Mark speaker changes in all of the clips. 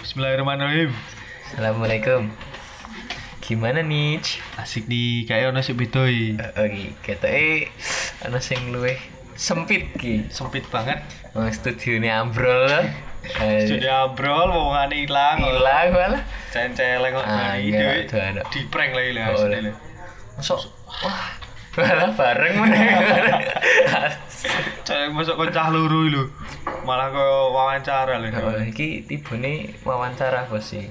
Speaker 1: Bismillahirrahmanirrahim.
Speaker 2: Assalamualaikum. Gimana nih?
Speaker 1: Asik di kayak ono sik bedoi.
Speaker 2: Oke, kita eh ana sing luwih sempit ki.
Speaker 1: Sempit banget.
Speaker 2: Wong studio ini ambrol. Eh,
Speaker 1: Sudah abrol wongane ilang.
Speaker 2: Hilang malah.
Speaker 1: Cen-celeng kok
Speaker 2: Ah,
Speaker 1: dari
Speaker 2: iya,
Speaker 1: dhewe.
Speaker 2: tuh anak.
Speaker 1: Di prank lagi lah
Speaker 2: Oh,
Speaker 1: asli
Speaker 2: iya.
Speaker 1: lah.
Speaker 2: Masuk. Wah, malah bareng meneh.
Speaker 1: Cek masuk kocah luru lho. Malah koyo wawancara lho.
Speaker 2: Oh, iki tibune wawancara bos sih.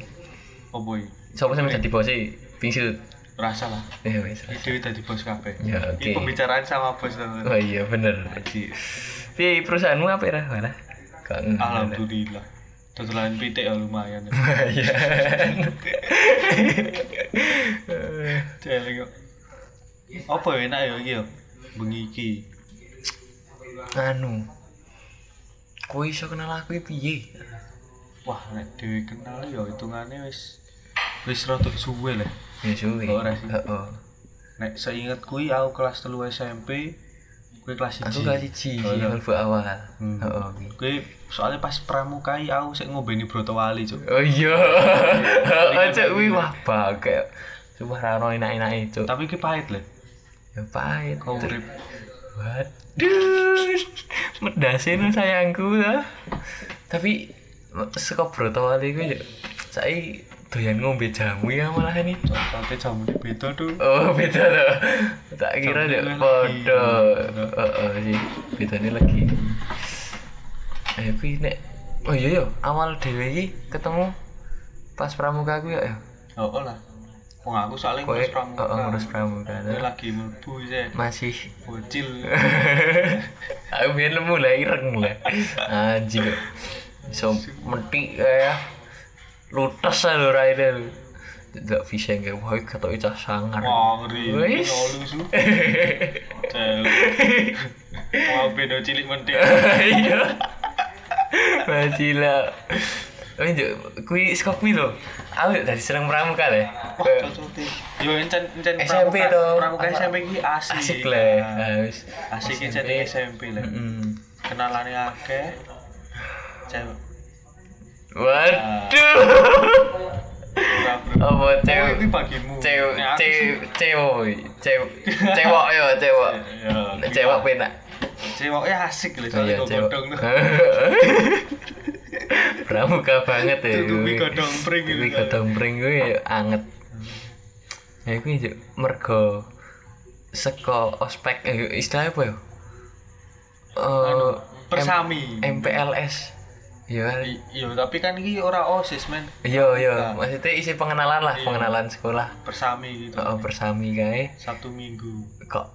Speaker 1: Opo iki?
Speaker 2: Sopo sing dadi bos sih? Pingsut.
Speaker 1: Rasa lah.
Speaker 2: Eh wis.
Speaker 1: Iki dhewe dadi bos kabeh.
Speaker 2: Ya,
Speaker 1: Iki
Speaker 2: oke.
Speaker 1: pembicaraan sama bos
Speaker 2: Oh iya bener.
Speaker 1: Jadi
Speaker 2: Pi perusahaanmu apa ya? Malah. Kok enggak.
Speaker 1: alhamdulillah. Dodolan pitik ya lumayan.
Speaker 2: Lumayan.
Speaker 1: Celeng kok. Apa ya enak ya iki ya? Bengi iki.
Speaker 2: anu kowe iso kenal aku iki piye
Speaker 1: Wah, nek dhewe kenal ya hitungannya wis wis rada suwe lah.
Speaker 2: ya suwe
Speaker 1: Ora sih.
Speaker 2: heeh
Speaker 1: Nek seinget kuwi aku kelas 3 SMP, kuwi kelas 1.
Speaker 2: aku gak siji
Speaker 1: Oh, iya.
Speaker 2: mlebu awal
Speaker 1: Hmm.
Speaker 2: heeh kuwi.
Speaker 1: Kuwi soalnya pas pramukai aku sik ngombeni brotowali, Cuk.
Speaker 2: oh iya
Speaker 1: Iya.
Speaker 2: aja kuwi wah bangke cuma rano enak-enak itu
Speaker 1: Tapi ki pahit lah.
Speaker 2: ya pahit
Speaker 1: Kau urip.
Speaker 2: waduh medasin sayangku lah tapi saka broto wali kuwi saya doyan ngombe jamu ya malah ini
Speaker 1: Sampai jam ini beda tuh.
Speaker 2: Oh beda loh. Tak kira
Speaker 1: Sampai lagi.
Speaker 2: ya
Speaker 1: Hmm.
Speaker 2: podo. Heeh sih. Bedane lagi.
Speaker 1: Hmm.
Speaker 2: Eh kuwi nek Oh iya yo, awal dhewe iki ketemu pas pramuka aku ya.
Speaker 1: Oh, oh lah. Wong aku soalnya
Speaker 2: Koe
Speaker 1: ngurus
Speaker 2: heeh
Speaker 1: pramuka.
Speaker 2: oh,
Speaker 1: Iya
Speaker 2: ngurus pramuka.
Speaker 1: Ini lagi mlebu sik.
Speaker 2: Masih
Speaker 1: Bocil.
Speaker 2: aku biar lemu lah ireng lah. Anjing. kok. Iso metik ya. Lutas lah lho raine lho. Tidak bisa nggak, wah, kata cah sangar.
Speaker 1: Wah, ngeri.
Speaker 2: Wis.
Speaker 1: Ngolu su. Cel. Wah, beda cilik mentik.
Speaker 2: iya Bajila Wih, Juk, kui skop kuwi lho. Aku yuk dari seneng pramuka le.
Speaker 1: Wah, cocok Yo encen encen
Speaker 2: SMP
Speaker 1: pramuka-
Speaker 2: toh.
Speaker 1: Pramuka
Speaker 2: Apa-
Speaker 1: SMP ki asik.
Speaker 2: Asik le. Ah, wis.
Speaker 1: Asik ki jenenge SMP lah.
Speaker 2: Mm.
Speaker 1: Kenalane akeh. Cewek.
Speaker 2: Waduh.
Speaker 1: Ora bro.
Speaker 2: Apa
Speaker 1: Oh,
Speaker 2: cewek?
Speaker 1: Iki bagimu.
Speaker 2: Cewek,
Speaker 1: Nek aku
Speaker 2: cewek, cewek, cewek, cewek, yo, cewek,
Speaker 1: sih- Ya, iki
Speaker 2: cewek
Speaker 1: pak-
Speaker 2: penak.
Speaker 1: Ceweknya asik lah soalnya
Speaker 2: Iya,
Speaker 1: kok
Speaker 2: cewek.
Speaker 1: godong tuh.
Speaker 2: Pramuka banget ya.
Speaker 1: Tutupi
Speaker 2: kui.
Speaker 1: godong pring gitu
Speaker 2: Kuwi
Speaker 1: kan.
Speaker 2: godhong pring kuwi ya anget. Ya kuwi juk mergo seko ospek eh, istilahnya apa ya?
Speaker 1: Anu,
Speaker 2: Eh
Speaker 1: Persami.
Speaker 2: M- MPLS. Ya kan?
Speaker 1: I- Iya, tapi kan iki ora OSIS men.
Speaker 2: Iya, iya.
Speaker 1: Nah.
Speaker 2: Maksudnya isi pengenalan lah,
Speaker 1: Iya.
Speaker 2: pengenalan sekolah.
Speaker 1: Persami gitu.
Speaker 2: Oh, bersami kae.
Speaker 1: Sabtu Minggu.
Speaker 2: Kok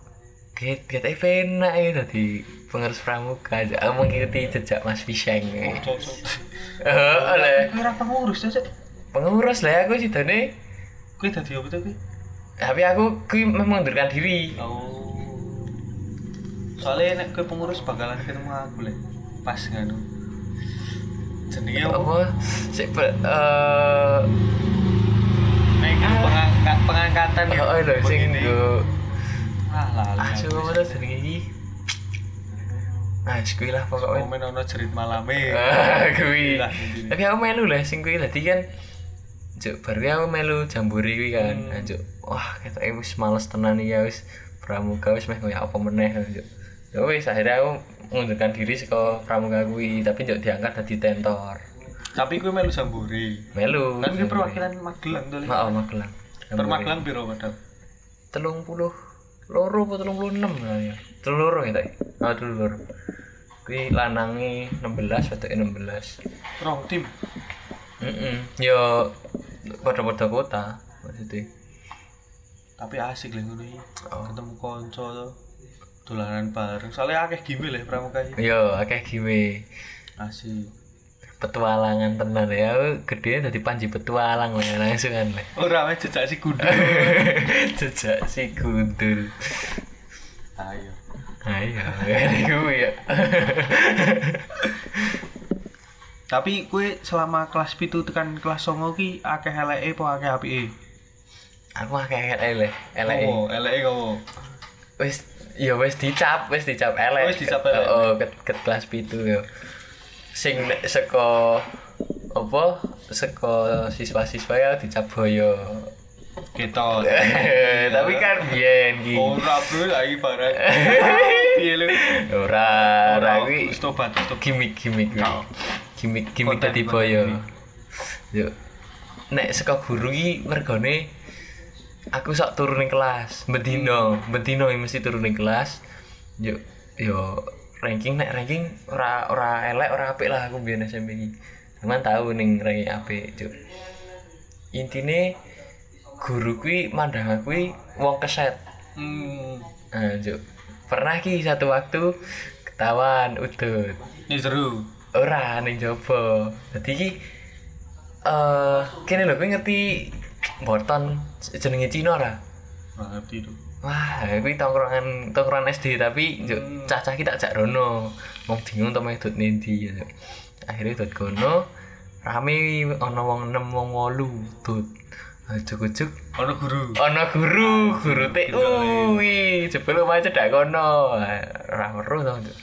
Speaker 2: get get eh, penak ya tadi pengurus pramuka aja Aku mengikuti jejak Mas Fisheng.
Speaker 1: Oh,
Speaker 2: Eh,
Speaker 1: cocok.
Speaker 2: oleh
Speaker 1: Kuwi ora pengurus cocok.
Speaker 2: pengurus lah aku sidone
Speaker 1: Kuwi dadi apa tuh kuwi?
Speaker 2: tapi aku kui mengundurkan diri
Speaker 1: Oh. Soalnya nek kowe pengurus bakalan ketemu aku lek pas nganu. Jenenge apa?
Speaker 2: apa sik ber- eh
Speaker 1: Nek iku pengangkat pengangkatan
Speaker 2: oh oh, lho sing
Speaker 1: Begini.
Speaker 2: nggo
Speaker 1: Ah lali.
Speaker 2: ah sing
Speaker 1: aku.
Speaker 2: ngono jenenge iki nah kuwi lah pokoknya
Speaker 1: Momen ono jerit malame.
Speaker 2: ah kuwi
Speaker 1: Lah, begini.
Speaker 2: tapi aku melu lah sing kuwi tadi kan Juk, baru aku melu jamburi kuwi
Speaker 1: Hmm.
Speaker 2: kan nah, Juk, wah kata wis males tenan ya wis pramuka wis meh koyo apa meneh Juk. ya wis akhirnya aku mengundurkan diri saka pramuka kuwi tapi Juk diangkat dadi tentor
Speaker 1: Tapi kowe melu jambore.
Speaker 2: melu
Speaker 1: Kan kowe perwakilan Magelang to.
Speaker 2: Heeh, Magelang.
Speaker 1: Per Magelang piro padahal?
Speaker 2: telung puluh loro apa telung puluh enam lah ya telung loro ya tak oh telung loro kui lanangi enam belas atau enam belas
Speaker 1: Rong tim.
Speaker 2: yo pada pada kota maksudnya
Speaker 1: Tapi asik lek ngono iki.
Speaker 2: Oh.
Speaker 1: Ketemu kanca to. Dolanan bareng. Soalnya akeh gimmick lek pramuka iki.
Speaker 2: yo akeh giwe
Speaker 1: Asik.
Speaker 2: petualangan tenan ya gede dari panji petualang lah langsung kan lah
Speaker 1: Ora wae jejak si gundul.
Speaker 2: jejak si gundul Nah, iya,
Speaker 1: Ayo.
Speaker 2: ayo kali gue ya
Speaker 1: Tapi kue selama kelas pitu tekan kelas songo ki akeh eleke po akeh apike?
Speaker 2: aku akeh elek elek
Speaker 1: Kowo, eleke kowo.
Speaker 2: wis ya wis dicap Oh, wis dicap elek
Speaker 1: Wis dicap elek.
Speaker 2: oh, ket, ket kelas pitu ya sing nek saka apa seko siswa-siswa ya dicaboyo
Speaker 1: Ketot.
Speaker 2: tapi kan biyen ki
Speaker 1: Ora bro lagi parah. Piye lu?
Speaker 2: ora ora
Speaker 1: Ora
Speaker 2: kuwi
Speaker 1: wis tobat, wis tobat.
Speaker 2: gimmick-gimmick kuwi.
Speaker 1: Kau.
Speaker 2: gimmick-gimmick
Speaker 1: Konten-
Speaker 2: dadi
Speaker 1: konten
Speaker 2: boyo
Speaker 1: ini.
Speaker 2: yo nek seko guru ki mergone aku sak turun ning kelas bendino bendino yang mesti turun ning kelas yo yo ranking nek ranking ora ora elek ora apik lah aku biyen SMP ki cuman tahu ning ranking apik cuk intine guru kuwi mandang aku kuwi wong keset
Speaker 1: Hmm.
Speaker 2: nah, Eh, cuk pernah ki satu waktu ketahuan udut
Speaker 1: Ini seru.
Speaker 2: ora ning jaba dadi iki eh kene lho kowe ngerti Borton jenenge Cina ora
Speaker 1: Nggak ngerti tuh.
Speaker 2: wah kuwi tongkrongan tongkrongan SD tapi yo cacah kita jak rono wong bingung to medut ndi gitu. akhirnya dot kono rame ana wong 6 wong 8 dot ujug-ujug
Speaker 1: Ono guru.
Speaker 2: ana guru guru TU wih jebul omahe cedak kono ora weruh to Cuk.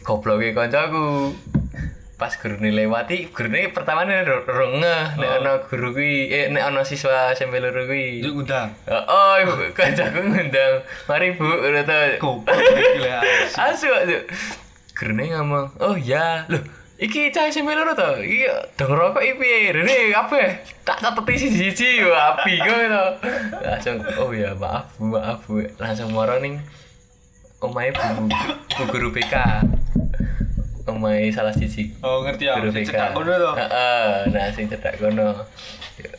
Speaker 2: gobloke kancaku pas gurune lewati gurune pertama nih ngeh nek ana guru kuwi eh nek ana siswa SMP loro kuwi
Speaker 1: Yuk ngundang.
Speaker 2: oh, oh ibu kancaku ngundang mari bu ngono to
Speaker 1: Goblok gila.
Speaker 2: asu asu gurune ngomong oh ya loh Iki cah SMP loro to. Iki dong rokok iki piye? Rene kabeh tak cateti siji-siji yo api kok to. Langsung oh ya maaf Bu, maaf Bu." Langsung moro ning omahe Bu, Bu guru BK. Omahe salah siji
Speaker 1: Oh ngerti ya.
Speaker 2: guru
Speaker 1: Sing
Speaker 2: BK.
Speaker 1: cetak kono to.
Speaker 2: Heeh, nah sing cedak kono. Yo,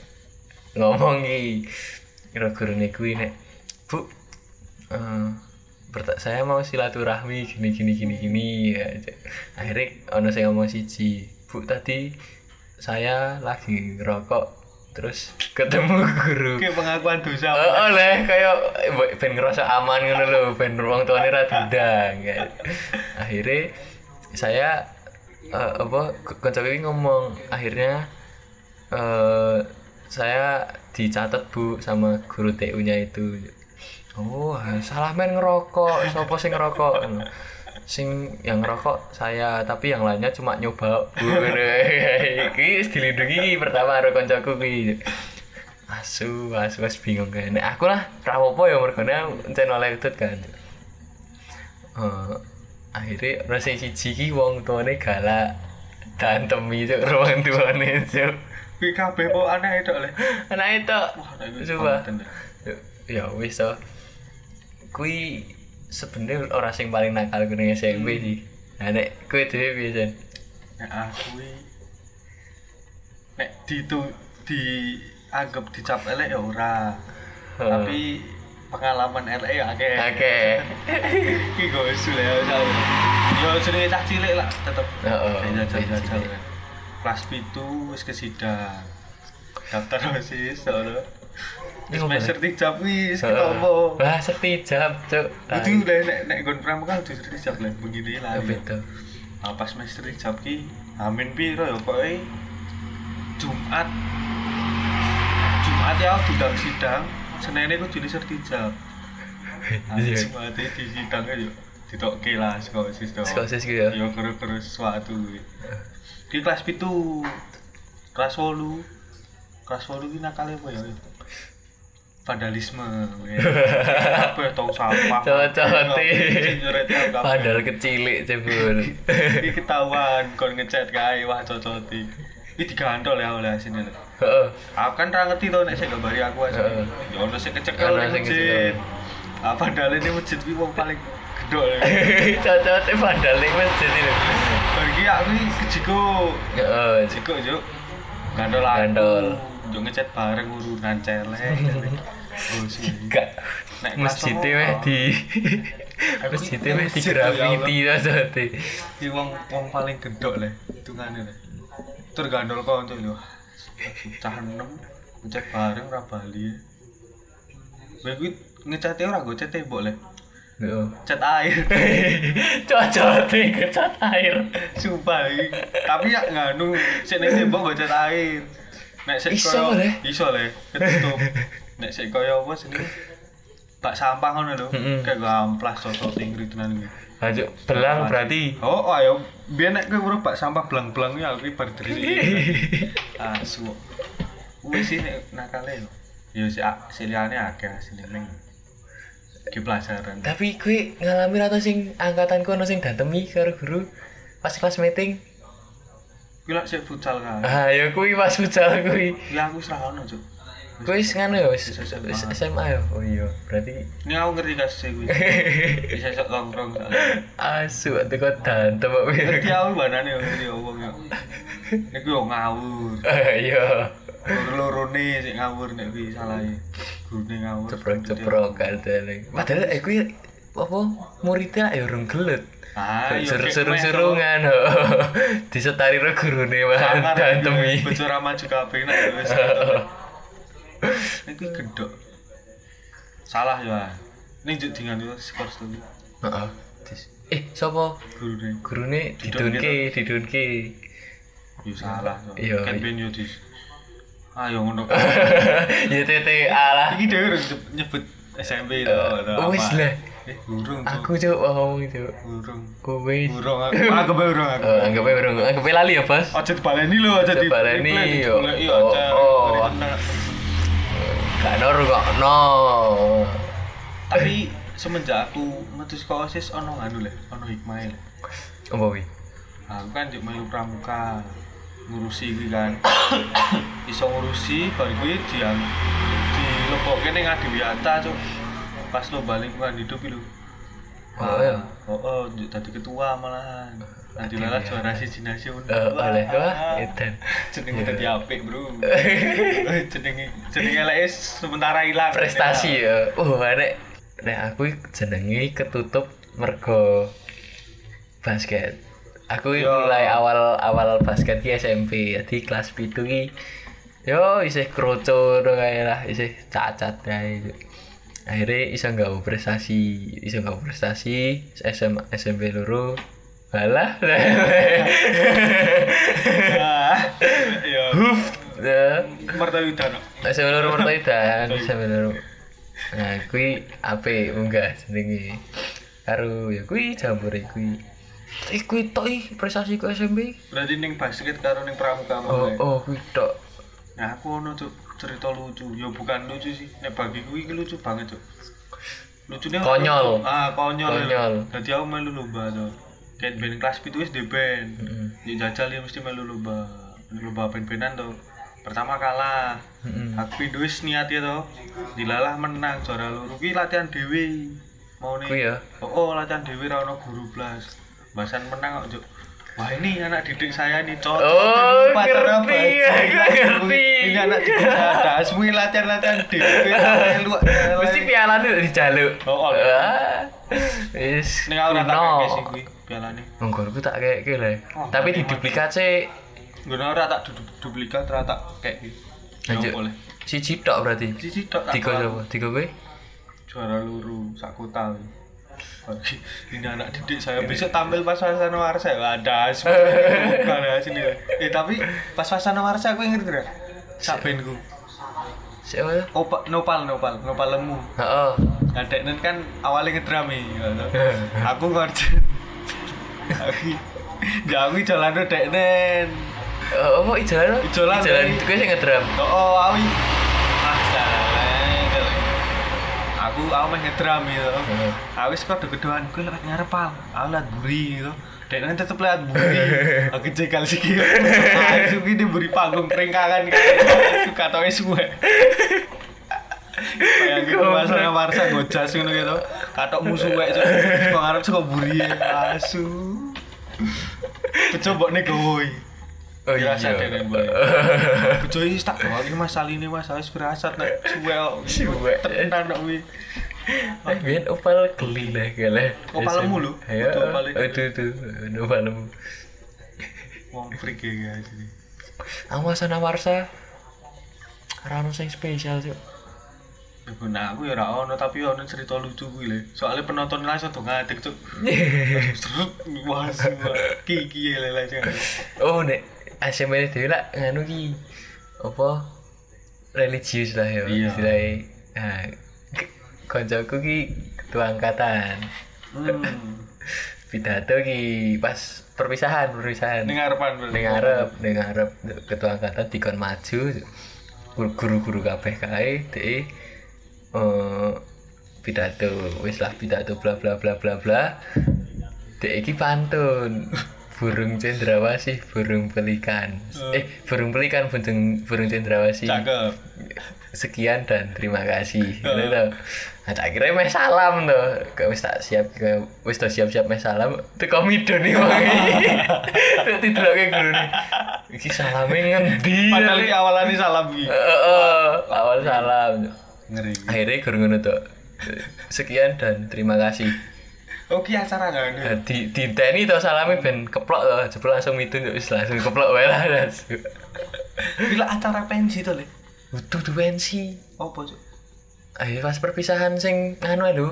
Speaker 2: Ngomong iki kira gurune kuwi nek Bu eh berta- saya mau silaturahmi gini gini gini gini ya. akhirnya ono sing ngomong siji bu tadi saya lagi ngerokok terus ketemu guru
Speaker 1: Oke pengakuan dosa.
Speaker 2: Oh, oh leh kayak eh, ben ngerasa aman ngono lho, ben ruang tuane ra diundang. kayak. Akhirnya saya eh, apa kanca iki ngomong akhirnya eh saya dicatat Bu sama guru TU-nya itu. Oh, salah men ngerokok. Sopo sing ngerokok? Sing yang ngerokok saya, tapi yang lainnya cuma nyoba. Bu, ngono. Iki wis dilindungi iki pertama karo kancaku kuwi. Asu, asu wis bingung kan. Nek aku lah ra apa ya mergone encen oleh udut kan. Eh, akhirnya ora sing siji iki wong tuane galak dan temi cuk ruang tuane cuk.
Speaker 1: Kuwi kabeh kok aneh tok le.
Speaker 2: Anak itu coba.
Speaker 1: Konten, Le.
Speaker 2: Ya wis to. Kui sebenarnya orang sing paling nakal gue ning SMP sih. Nah, nek kui dhewe piye Jan?
Speaker 1: Nek aku i- nek ditu di anggap dicap elek ya ora.
Speaker 2: Heeh.
Speaker 1: Tapi pengalaman elek ya akeh.
Speaker 2: Oke.
Speaker 1: Iki kok usul ya jauh. Yo jenenge cah cilik lah tetep.
Speaker 2: Heeh,
Speaker 1: Iya, jauh,
Speaker 2: cah
Speaker 1: jauh, jauh,
Speaker 2: cilik.
Speaker 1: kan. Kelas 7 wis kesidang. Daftar OSIS soalnya.
Speaker 2: Ini ngomong,
Speaker 1: Semester 3 wis
Speaker 2: Heeh.
Speaker 1: ketompo.
Speaker 2: Wah, setijab, cuk.
Speaker 1: Itu udah nek nek gon pramuka udah sering dijab lah begini lah.
Speaker 2: Ya, beda.
Speaker 1: Nah, pas semester hijab ki amin piro ya kok eh, Jumat Jumat ya aku dudang sidang Senin aku jadi sertijab
Speaker 2: Iya.
Speaker 1: Nah, Jumat di sidang ya ditokke lah sekolah sis to.
Speaker 2: Skosis gitu ya.
Speaker 1: Ya kero-kero suatu Ki kelas pitu Kelas wolu Kelas wolu ki nakal apa ya Vandalisme ya. Apa ya tau sampah
Speaker 2: Cocoti.
Speaker 1: Nyoreti apa kabeh.
Speaker 2: Padahal kecilik cebul.
Speaker 1: Ini ketahuan kon ngechat kae wah cocoti. Ini digantol ya oleh sini lho.
Speaker 2: Heeh.
Speaker 1: Aku kan ra ngerti to nek sing gambari aku aja.
Speaker 2: Heeh.
Speaker 1: Ya ono sing kecekel
Speaker 2: Ono
Speaker 1: ning
Speaker 2: sing
Speaker 1: masjid. Ah padahal ini masjid kuwi wong paling gedhok. ya. lho.
Speaker 2: Cocote padahal iki masjid lho.
Speaker 1: Bar iki aku iki kejiko.
Speaker 2: Heeh. cuk.
Speaker 1: Kejiko yo. Gantol aku.
Speaker 2: Gantol.
Speaker 1: Yo ngechat bareng urunan celek. celek. Oh, sih.
Speaker 2: Gak.
Speaker 1: Nek kelas
Speaker 2: Masjid
Speaker 1: songo,
Speaker 2: meh di
Speaker 1: Aku-
Speaker 2: Masjid meh di
Speaker 1: Masjid, ya
Speaker 2: graffiti cocote.
Speaker 1: Ki wong wong paling gendok le, hitungane le. Tur gandol kanca yo. Cah enem ngecek bareng ora bali. Kowe kuwi ngecate ora nggo cet tembok le.
Speaker 2: Heeh.
Speaker 1: Cet air.
Speaker 2: Cocote kecat air.
Speaker 1: Sumpah iki. Tapi ya nganu sik ning tembok nggo cet air. Nek sik
Speaker 2: Iso, Le.
Speaker 1: iso le, ketutup. Nek sik kaya apa sini? bak sampah ngono lho.
Speaker 2: Mm-mm.
Speaker 1: Kayak gua amplas sosok ting ritunan iki.
Speaker 2: Lanjut belang berarti.
Speaker 1: Oh, oh, ayo biar nek kowe urip bak sampah blang-blang ya aku bar diri. Asu. Wis sih nek nakale yo. Yo si siliane akeh asline ning di pelajaran.
Speaker 2: Tapi gue ngalami atau sing angkatanku ono sing datemi karo guru pas kelas meeting.
Speaker 1: Kuwi lak sik futsal kan.
Speaker 2: Ah ya kuwi pas futsal kuwi.
Speaker 1: Ya aku wis ra ono, Cuk.
Speaker 2: Kuwi wis ngono ya wis
Speaker 1: Wis SMA.
Speaker 2: wis SMA ya. Oh iya, berarti
Speaker 1: Ini aku ngerti kasih kuwi. Bisa sok nongkrong.
Speaker 2: asu atau kok dantem kok
Speaker 1: Ngerti aku banane yo ngerti wong yo. Nek yo ngawur.
Speaker 2: Oh, Ayo.
Speaker 1: Loro-lorone sik ngawur nek kuwi salahe. Gurune ngawur.
Speaker 2: Ceprok-ceprok kadang. Padahal eh kuwi apa muridnya ya urung gelut.
Speaker 1: Ah, yo
Speaker 2: Sur-
Speaker 1: kayak
Speaker 2: Surung-surungan. oh. Disetari ro gurune
Speaker 1: kue.
Speaker 2: mah
Speaker 1: Kamar
Speaker 2: dantemi.
Speaker 1: Bocor aman juga kabeh nek wis. Nek kuwi gendok. Salah yo. ah. Ning juk dingan itu skor satu.
Speaker 2: Heeh. Dis- Eh, sapa
Speaker 1: Gurune.
Speaker 2: gurune
Speaker 1: Didunke.
Speaker 2: didunke, didunke.
Speaker 1: Yo salah. yo.
Speaker 2: Iya,
Speaker 1: Kan
Speaker 2: iya.
Speaker 1: ben yo dis. Ayo ngono.
Speaker 2: Ya tete alah.
Speaker 1: Iki dhewe urung nyebut SMP to. atau
Speaker 2: Oh, Wis
Speaker 1: apa.
Speaker 2: lah,
Speaker 1: Eh, burung tuh.
Speaker 2: aku cuk ngomong itu.
Speaker 1: burung.
Speaker 2: Kowe
Speaker 1: Burung aku. Aku bae burung aku.
Speaker 2: Eh, anggapnya burung, anggapnya lali ya, Bos.
Speaker 1: Aja dibaleni lho, aja
Speaker 2: Aja
Speaker 1: di
Speaker 2: baleni,
Speaker 1: diplay,
Speaker 2: yo.
Speaker 1: diplay, Iya,
Speaker 2: Oh,
Speaker 1: aja.
Speaker 2: oh.
Speaker 1: Mari tenang.
Speaker 2: Gak ada rungokno.
Speaker 1: Tapi semenjak aku metu sekolah sis ono nganu lho, ono hikmah lho.
Speaker 2: Apa kuwi?
Speaker 1: Aku kan juk melu pramuka ngurusi iki kan. Iso ngurusi bar kuwi diam dilepokke ning adiwiyata, Cuk. Pas lomba lingkungan kan hidup lho.
Speaker 2: Oh, iya.
Speaker 1: Oh, oh, juk dadi ketua malahan. Nanti malah juara siji nasional.
Speaker 2: Eh, oleh
Speaker 1: Wah.
Speaker 2: wah,
Speaker 1: ah.
Speaker 2: edan. Iya.
Speaker 1: jenenge dadi apik bro jenenge jenenge eleke sementara ilang
Speaker 2: Prestasi ya. Uh, nek nek aku jenenge ketutup mergo basket. Aku
Speaker 1: Yo.
Speaker 2: mulai awal-awal basket ki SMP, jadi kelas 7 ki yo isih kroco ngono kae lah, isih cacat kae. Akhirnya iso nggawa prestasi, iso nggawa prestasi SMA SMP loro. Alah.
Speaker 1: Ah, ya
Speaker 2: Huf. Ya.
Speaker 1: mertawida no
Speaker 2: Saya loro mertai dan saya loro. Nah, kui ape munggah jenenge. Karo ya kui jambore kui. Eh kui tok ih prestasi ku SMP.
Speaker 1: berarti ning basket karo ning pramuka
Speaker 2: Oh,
Speaker 1: malah.
Speaker 2: oh kui tok.
Speaker 1: nah aku ono cuk cerita lucu ya bukan lucu sih nek bagi kuwi iki lucu banget cuk lucunya
Speaker 2: Konyol.
Speaker 1: ah konyol
Speaker 2: Konyol.
Speaker 1: lho. dadi aku melu lomba to kayak band kelas 7 wis di band
Speaker 2: Heeh.
Speaker 1: ya jajal ya mesti melu lomba lomba band-bandan to pertama kalah
Speaker 2: Heeh.
Speaker 1: Aku duis niat ya toh. Dilalah menang juara loro kuwi latihan dhewe. Mau nih.
Speaker 2: Kuwi ya?
Speaker 1: Oh, oh, latihan dhewe ra ono guru blas. Bahasan menang kok, Cuk. Wah, ini anak didik saya nih, cocok.
Speaker 2: Oh,
Speaker 1: Ini pacar
Speaker 2: ngerti,
Speaker 1: apa?
Speaker 2: aku ngerti.
Speaker 1: Ini anak didik saya. Das, kuwi latihan-latihan dhewe. Melu, melu.
Speaker 2: Mesti pialane udah dijaluk.
Speaker 1: Oh, oh.
Speaker 2: Ah. Wis.
Speaker 1: Ning aku ora tak
Speaker 2: kuno.
Speaker 1: kakek sih kuwi pialane.
Speaker 2: Monggo ku tak kayak kira.
Speaker 1: Oh,
Speaker 2: Tapi
Speaker 1: tapi
Speaker 2: di duplikat sih
Speaker 1: Ngono ora tak du- du- duplikat, ora tak kayak gitu. Yo,
Speaker 2: Lanjut.
Speaker 1: boleh.
Speaker 2: siji tok berarti.
Speaker 1: Sisi tok tak
Speaker 2: Tiga
Speaker 1: kalah.
Speaker 2: sapa? Tiga kowe?
Speaker 1: juara luru sak kota weh. Bagi- ini anak didik saya besok tampil pas Wasana Warsa ya ada semua bukan ya sini ya. eh tapi pas Wasana Warsa aku inget gak sak bandku
Speaker 2: Siapa ya?
Speaker 1: Opa, nopal nopal nopal lemu
Speaker 2: Heeh.
Speaker 1: adeknen kan awalnya ngedrami ya toh. aku ngerti aku ya aku jalan tuh deknen
Speaker 2: Oh, apa ijalan?
Speaker 1: Ijalan,
Speaker 2: Ijalan
Speaker 1: Doi.
Speaker 2: kuwi sing ngedram.
Speaker 1: oh oh aku ah jalan aku aku mah ngedram ya toh. Awis kok degedoan gue lewat ngarep pal, aku liat buri gitu. Dan nanti tetep liat buri, aku jegal sih gitu. Aku gini buri panggung keringkangan gitu, kata wes gue. Kayak gitu masalah warsa gojas gitu gitu, kata musuh gue itu, kok ngarep suka buri ya, asu. Kecoba nih gue.
Speaker 2: Oh iya.
Speaker 1: Dirasa gitu. dene, Boy. Kecoba ini tak bawa ini mas Ali ini mas Ali berasat nih, suwe kok.
Speaker 2: Suwe.
Speaker 1: tenan kok gue.
Speaker 2: Eh, biyen opal geli lah gale.
Speaker 1: Opalmu lho,
Speaker 2: Ayo.
Speaker 1: itu opalnya.
Speaker 2: Aduh aduh, opalmu.
Speaker 1: Wong freak ya guys ini.
Speaker 2: Awasan awarsa. Ora ono sing spesial sih.
Speaker 1: Ibu nah aku ya ora ono tapi ono cerita lucu kuwi le. Soale penonton langsung tuh ngatik cuk. Serut wah semua kiki le le cuk.
Speaker 2: Oh, nek SMP dhewe lah nganu ki. Apa religius lah ya
Speaker 1: Iya.
Speaker 2: istilahnya. Nah, koncoku ki ketua angkatan.
Speaker 1: Hmm.
Speaker 2: Pidato ki pas perpisahan, perpisahan.
Speaker 1: Ning ngarepan berarti.
Speaker 2: Ning arep, ning arep ketua angkatan dikon maju. Guru- Guru-guru kabeh kae dhek eh pidato, wis lah pidato bla bla bla bla bla. Dhek iki pantun. Burung cendrawasih, burung pelikan. Eh, burung pelikan, burung burung cendrawasih.
Speaker 1: Cakep.
Speaker 2: sekian dan terima kasih gitu tuh nah, tak kira meh salam tuh kok wis tak siap ke wis tak siap siap meh salam tuh kami doni wangi tuh tidur ke guru nih iki salamnya ngendi
Speaker 1: Padahal
Speaker 2: nih?
Speaker 1: iki awalane salam iki.
Speaker 2: Iya, Eh, eh, eh, awal salam
Speaker 1: Ngeri.
Speaker 2: akhirnya guru ngono tuh sekian dan terima kasih
Speaker 1: Oke Oh, acara nggak ada.
Speaker 2: Nah, di di tni tuh salamnya ben keplok tuh jebul langsung itu wis langsung keplok wae lah langsung.
Speaker 1: Gila acara pensi to le.
Speaker 2: Udah tuh pensi
Speaker 1: Opo cuk?
Speaker 2: Ayo pas perpisahan sing anu lho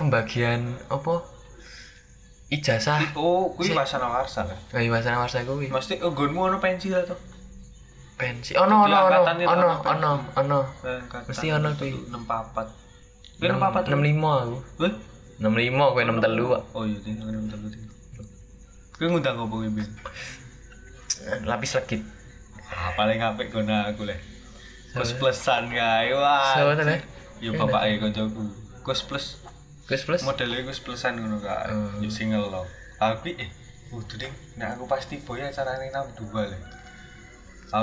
Speaker 2: pembagian apa ijazah
Speaker 1: Oh, kuwi
Speaker 2: Ah. Si-
Speaker 1: wasana warsa kan.
Speaker 2: ayo wasana warsa kuwi
Speaker 1: Mesti oh, nggonmu ono pensi ta to?
Speaker 2: pensi ono ono ono
Speaker 1: Diangkatan itu
Speaker 2: ono
Speaker 1: ono
Speaker 2: ono ono
Speaker 1: Eh,
Speaker 2: Mesti ono kuwi.
Speaker 1: 64. Kuwi 64.
Speaker 2: 65 aku
Speaker 1: Wih.
Speaker 2: 65 kowe 63 Pak.
Speaker 1: Oh iya tinggal 63 tinggal. Kuwi ngundang opo kuwi ben?
Speaker 2: lapis legit
Speaker 1: Ah, paling apik gona aku le. Plus plusan kae wah.
Speaker 2: Siapa tuh, Le?
Speaker 1: Ya bapake kancaku. Kus plus
Speaker 2: plus plus
Speaker 1: modelnya gue plusan ngono kak
Speaker 2: Hmm.
Speaker 1: ya single loh tapi eh waduh ding nah aku pasti boy acaranya enam dua lah ya.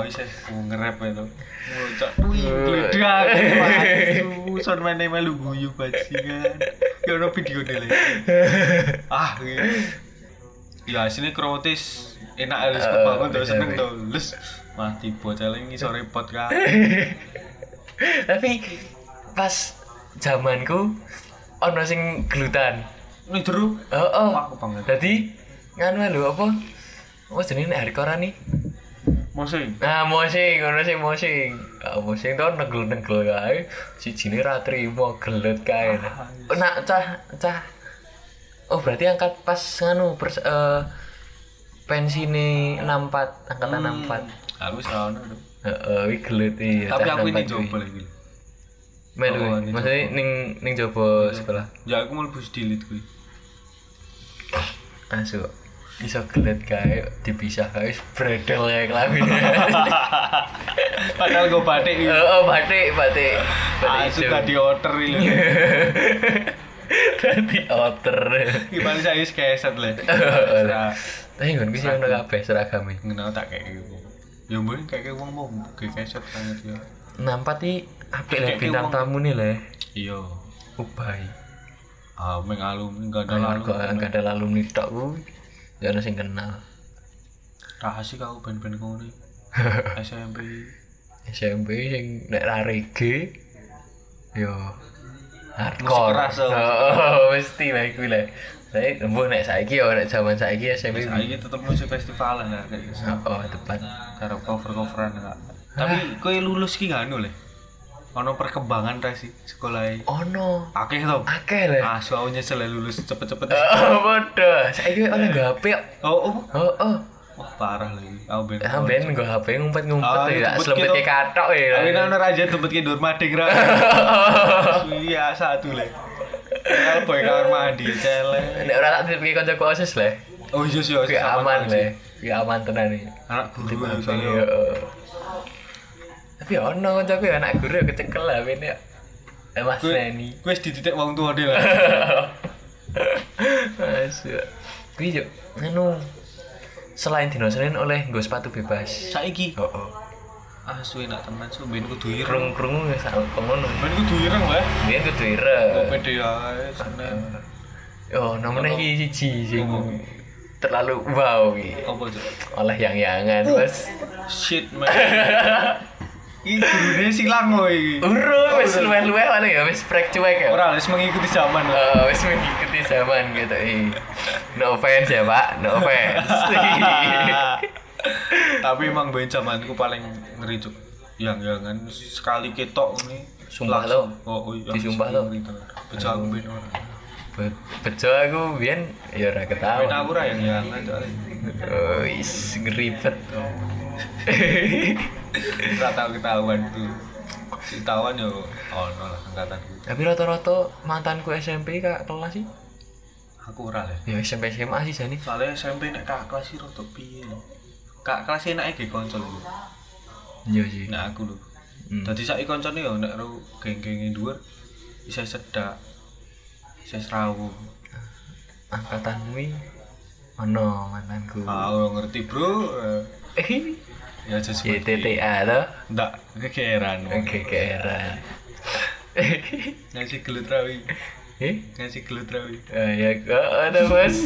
Speaker 1: aku sih aku ngerep itu ngucap wih eh, geledak waduh son mainnya melu guyu bajingan ya ada video deh lah ah gitu ya hasilnya krotis enak harus
Speaker 2: Eh,
Speaker 1: kebangun tuh
Speaker 2: bisa,
Speaker 1: seneng
Speaker 2: bisa.
Speaker 1: tuh les mati bocah lagi sore pot kak
Speaker 2: tapi pas zamanku ono sing gelutan
Speaker 1: ini jeru
Speaker 2: oh oh
Speaker 1: aku banget
Speaker 2: dadi nganu lho apa apa jenenge hari koran nih
Speaker 1: masih
Speaker 2: Nah, mosing, ngono sing mosing. Ah, mosing to negel-negel kae. Sijine ra trimo gelet kae.
Speaker 1: Ah, iya.
Speaker 2: Nak cah cah. Oh, berarti angkat pas nganu pers eh, pensine 64, angkatan
Speaker 1: Hmm.
Speaker 2: 64.
Speaker 1: aku salah dong
Speaker 2: Heeh, wi gelet iya.
Speaker 1: tapi
Speaker 2: cah
Speaker 1: aku ini
Speaker 2: 64
Speaker 1: coba
Speaker 2: kuwi.
Speaker 1: lagi
Speaker 2: Melu.
Speaker 1: Oh, ini
Speaker 2: Maksudnya ning ning jopo sekolah.
Speaker 1: ya aku mau bus delete gue
Speaker 2: Asu. Iso gelet kae dipisah kae wis bredel kae klamine.
Speaker 1: Iya. padahal gue batik
Speaker 2: Heeh, oh, batik, batik.
Speaker 1: ah
Speaker 2: Batik
Speaker 1: suka
Speaker 2: ijo.
Speaker 1: di order ini
Speaker 2: Dadi otter.
Speaker 1: gimana saya keset lah
Speaker 2: Ora. Tapi nggon sih ono kabeh seragame.
Speaker 1: kenal tak kayak gitu ya mungkin kayak kayak uang mau kayak keset banget ya
Speaker 2: Nampak iki apik lah
Speaker 1: Kayak
Speaker 2: bintang
Speaker 1: wong-
Speaker 2: tamu nih lah.
Speaker 1: iya
Speaker 2: Ubay.
Speaker 1: ah mengalumi gak ada
Speaker 2: Dalam
Speaker 1: lalu
Speaker 2: kok kan. enggak ada alumni tok kuwi. Ya ono sing kenal.
Speaker 1: rahasia kau band-band kau nih SMP
Speaker 2: SMP sing nek ra rege yo
Speaker 1: Musik
Speaker 2: hardcore.
Speaker 1: keras, oh.
Speaker 2: Oh, mesti lah kuwi lah. Saya mbuh nek saiki yo nek zaman saiki SMP.
Speaker 1: saya ini tetap musik festivalan lah kayak gitu
Speaker 2: Oh, tepat.
Speaker 1: karo cover coveran lah tapi kau lulus ki gak anu lah ono perkembangan ra sih sekolah e?
Speaker 2: Ono.
Speaker 1: akeh tau
Speaker 2: Akeh
Speaker 1: Ah,
Speaker 2: lah.
Speaker 1: aku nyesel lah lulus cepet-cepet.
Speaker 2: Oh, bodoh. Saiki ono gape kok.
Speaker 1: Oh, oh,
Speaker 2: Oh, oh.
Speaker 1: wah parah lagi. Aku ben.
Speaker 2: Ah, ben gue HP ngumpet-ngumpet
Speaker 1: Ah,
Speaker 2: tuh ya,
Speaker 1: ngumpet
Speaker 2: selempet
Speaker 1: gitu.
Speaker 2: kayak katok ya.
Speaker 1: Aku ini anak raja tempat tidur mading ra. Iya satu le. Kalau boy kamar mandi cele.
Speaker 2: Nek ora tak titipke kanca ku osis le.
Speaker 1: Oh iya sih, iya sih,
Speaker 2: Kuwi
Speaker 1: sama
Speaker 2: aman
Speaker 1: sih.
Speaker 2: le. Kuwi aman tenan iki.
Speaker 1: Anak guru ya,
Speaker 2: Iya.
Speaker 1: soalnya.
Speaker 2: Tapi ono kanca ku anak guru ya kecekel lah ben ya. Eh Mas
Speaker 1: Kuwi-
Speaker 2: Leni.
Speaker 1: Kuwi wis dititik wong tua dhewe lah.
Speaker 2: Asyik. Kuwi yo anu selain dino Senin oleh nggo sepatu bebas.
Speaker 1: Saiki
Speaker 2: Oh, oh.
Speaker 1: ah suwe nak teman su ben kudu ireng.
Speaker 2: Krung-krung wis sak ngono.
Speaker 1: Ben kudu ireng lah.
Speaker 2: Biyen kudu ireng.
Speaker 1: Pede ya, ae seneng.
Speaker 2: Oh, nomornya iki siji sing terlalu wow iki.
Speaker 1: Apa tuh?
Speaker 2: Oleh yang-yangan,
Speaker 1: Uh.
Speaker 2: Mas.
Speaker 1: Shit man. Ini gurune silang kok iki.
Speaker 2: Urung wis luweh-luweh paling ya wis prek cuek ya.
Speaker 1: Ora wis mengikuti zaman. lah.
Speaker 2: Eh, wis mengikuti zaman gitu. eh. No offense ya, Pak. No offense.
Speaker 1: tapi emang ben zamanku paling ngeri cuk yang jangan sekali ketok ini
Speaker 2: Sumpah
Speaker 1: langsung- oh, oh iya
Speaker 2: Disumpah lo.
Speaker 1: pecah aku ben ora
Speaker 2: Be- Bejo aku biyen ya ora
Speaker 1: ben
Speaker 2: ketahuan.
Speaker 1: aku ra yang jangan soalnya
Speaker 2: Oh, is ngeribet.
Speaker 1: ra tau ketahuan tuh si tawan yo ono lah angkatanku
Speaker 2: Tapi rata-rata mantanku SMP kak kelas sih.
Speaker 1: aku ora lah
Speaker 2: Ya SMP SMA sih jane.
Speaker 1: soalnya SMP nek kak kelas itu rotok piye lho. kak kelas enak iki konco lho
Speaker 2: Iya sih.
Speaker 1: nek aku lho
Speaker 2: Hmm.
Speaker 1: dadi saiki koncone yo nek ro geng-genge dhuwur bisa sedak bisa serawung
Speaker 2: Angkatanmu ini ono mantanku.
Speaker 1: ah aku ngerti bro Eh,
Speaker 2: Eh,
Speaker 1: ya aja seperti
Speaker 2: YTTA toh.
Speaker 1: ndak kekeran
Speaker 2: Oke, keeran.
Speaker 1: ngasih gelut rawi
Speaker 2: Eh,
Speaker 1: ngasih gelut rawi
Speaker 2: ah, ya kok ada bos.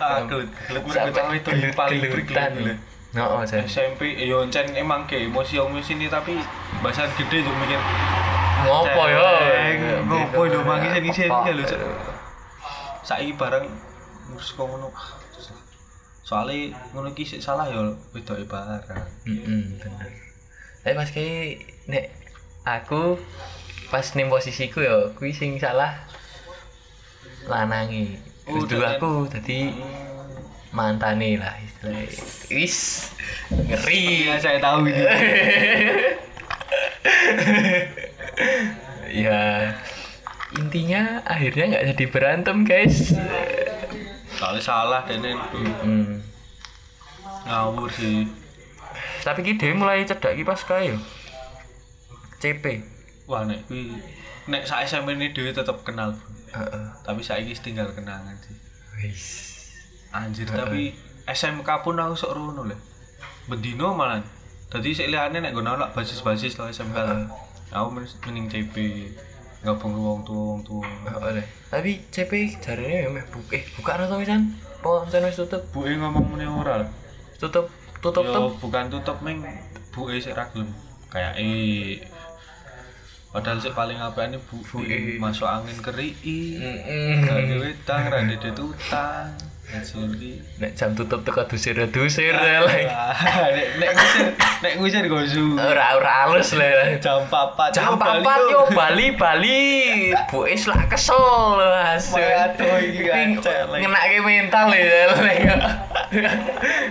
Speaker 1: ah gelut gelut mereka itu yang paling
Speaker 2: gelutan.
Speaker 1: bergelut
Speaker 2: No, oh, saya
Speaker 1: SMP eh, yo encen emang ke emosi om sini tapi bahasan gede tuh mikir
Speaker 2: ngopo yo.
Speaker 1: Ceng, ngopo yo mangi sini sini lho Cek. saiki bareng ngurus kok ngono Ah, susah. soalnya ngono ki sik salah yo wedoke bareng
Speaker 2: Mm-mm, bener. Tapi pas kayak nek aku pas nih posisiku ya, aku sing salah lanangi.
Speaker 1: Oh,
Speaker 2: Terus dulu
Speaker 1: dan-
Speaker 2: aku tadi mantani lah istilahnya. Wis ngeri.
Speaker 1: iya saya tahu ini
Speaker 2: ya intinya akhirnya nggak jadi berantem guys.
Speaker 1: soalnya salah dan
Speaker 2: Hmm.
Speaker 1: ngawur sih
Speaker 2: Tapi ki dhewe mulai cedak ki pas kae yo. CP.
Speaker 1: wah nek kuwi nek sak SMP ini dhewe tetep kenal
Speaker 2: Heeh.
Speaker 1: tapi saiki wis tinggal kenangan sih
Speaker 2: Wis.
Speaker 1: anjir tapi SMK pun aku sok rono lho bendino malan dadi sik liyane nek nggono lak basis-basis lah SMK lah aku men- mending CP gabung ke wong tua wong tua
Speaker 2: oleh tapi CP jarene ya meh bu eh buka atau wisan po wisan wis tutup
Speaker 1: buke ngomong meneh ora lho
Speaker 2: tutup tutup tutup
Speaker 1: Yo, bukan tutup ming buke sik ra gelem kayak eh padahal sik paling apane buke
Speaker 2: Buke. Hmm.
Speaker 1: masuk angin keri
Speaker 2: Mm-mm.
Speaker 1: Rande wetang, rande tutang, hasil ki.
Speaker 2: nek jam tutup teko dusir dusir lah
Speaker 1: Wah, Nek Iya. nek ngusir, nek ngusir gosu.
Speaker 2: ora ora halus lah
Speaker 1: Jam papat. yo,
Speaker 2: jam
Speaker 1: Bali,
Speaker 2: papat yo Bali Bali bu es lah kesel hasil
Speaker 1: Waduh, iki kacau, lagi.
Speaker 2: ngenake mental ya lek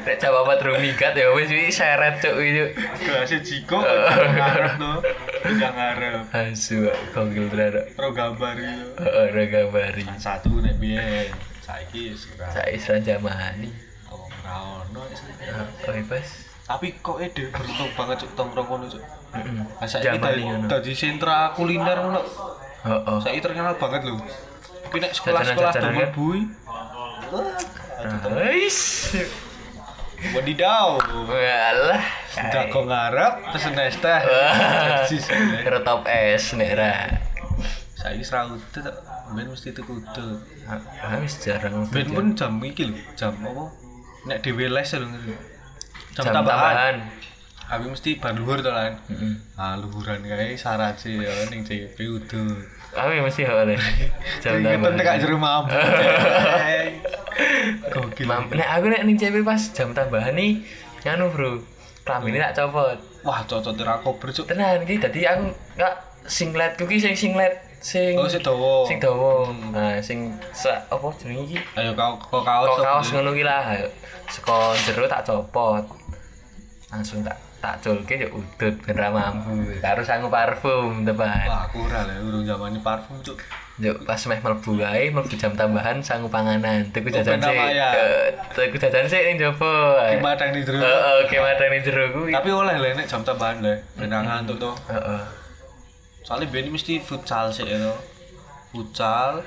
Speaker 2: nek jam papat rumigat ya wis iki seret cuk iki
Speaker 1: Gelasnya jiko, ngarep no. Udah ngarep.
Speaker 2: asu gokil tenan
Speaker 1: Pro gambar gitu.
Speaker 2: ora kabari
Speaker 1: Satu nek biyen. Saiki wis ora.
Speaker 2: saya Isra Jamani
Speaker 1: Wong ora ono wis.
Speaker 2: Oh, pas.
Speaker 1: Tapi kok e dhewe beruntung banget cuk tongkrong ngono cuk. Lah Nah, saiki
Speaker 2: Jamani
Speaker 1: dadi-
Speaker 2: ngono.
Speaker 1: dadi sentra kuliner ngono.
Speaker 2: Oh, oh.
Speaker 1: Saiki terkenal banget lho. Kuwi nek sekolah-sekolah
Speaker 2: Jajanan-jajanan
Speaker 1: domen
Speaker 2: kan?
Speaker 1: bui.
Speaker 2: Ah, Wis.
Speaker 1: Wadidaw.
Speaker 2: Walah.
Speaker 1: Jago ngarep pesen es teh.
Speaker 2: Wah.
Speaker 1: Jijik sih.
Speaker 2: Retop es nek ra.
Speaker 1: Saiki serawut tok. Ben mesti tuku dul.
Speaker 2: Ah, wis jarang.
Speaker 1: Ben pun jam iki lho, jam apa? Nek dhewe les lho ngene. Jam,
Speaker 2: Jam
Speaker 1: tambahan.
Speaker 2: tambahan.
Speaker 1: Aku mesti bar luhur to lan.
Speaker 2: Heeh.
Speaker 1: Ah luhuran kae syarat sih ya ning CP udul.
Speaker 2: Aku mesti oleh. Jam
Speaker 1: Keringetan nek gak
Speaker 2: tambahan.
Speaker 1: jero mabuk. Gokil.
Speaker 2: Mam, nek aku nek ning CP pas jam tambahan nih, nganu bro. Klamine tak copot.
Speaker 1: Wah, cocok terako bercuk.
Speaker 2: Tenan iki dadi aku gak singlet kuki sing singlet sing
Speaker 1: Oh, sik dawa. Hmm.
Speaker 2: sing dawa. Nah, sing sa apa jenenge iki?
Speaker 1: Ayo kau kau kaos.
Speaker 2: kok
Speaker 1: sok.
Speaker 2: kaos ngono ki lah saka jero tak copot langsung tak tak culke ya udut ben ra mampu
Speaker 1: Hmm.
Speaker 2: karo sangu parfum depan
Speaker 1: Wah, aku ora lho urung zamane parfum cuk.
Speaker 2: yo pas meh mlebu wae mlebu jam tambahan sangu panganan tuku
Speaker 1: Oh,
Speaker 2: jajan
Speaker 1: ben
Speaker 2: sik
Speaker 1: ramai ya.
Speaker 2: Eh, tuku jajan sik ning jopo heeh
Speaker 1: Gimana nih terus?
Speaker 2: oke madane jero kuwi
Speaker 1: Tapi oleh lah nek jam tambahan lah. Benang ngantuk to.
Speaker 2: heeh
Speaker 1: Soalnya ben mesti futsal sih ya to. Futsal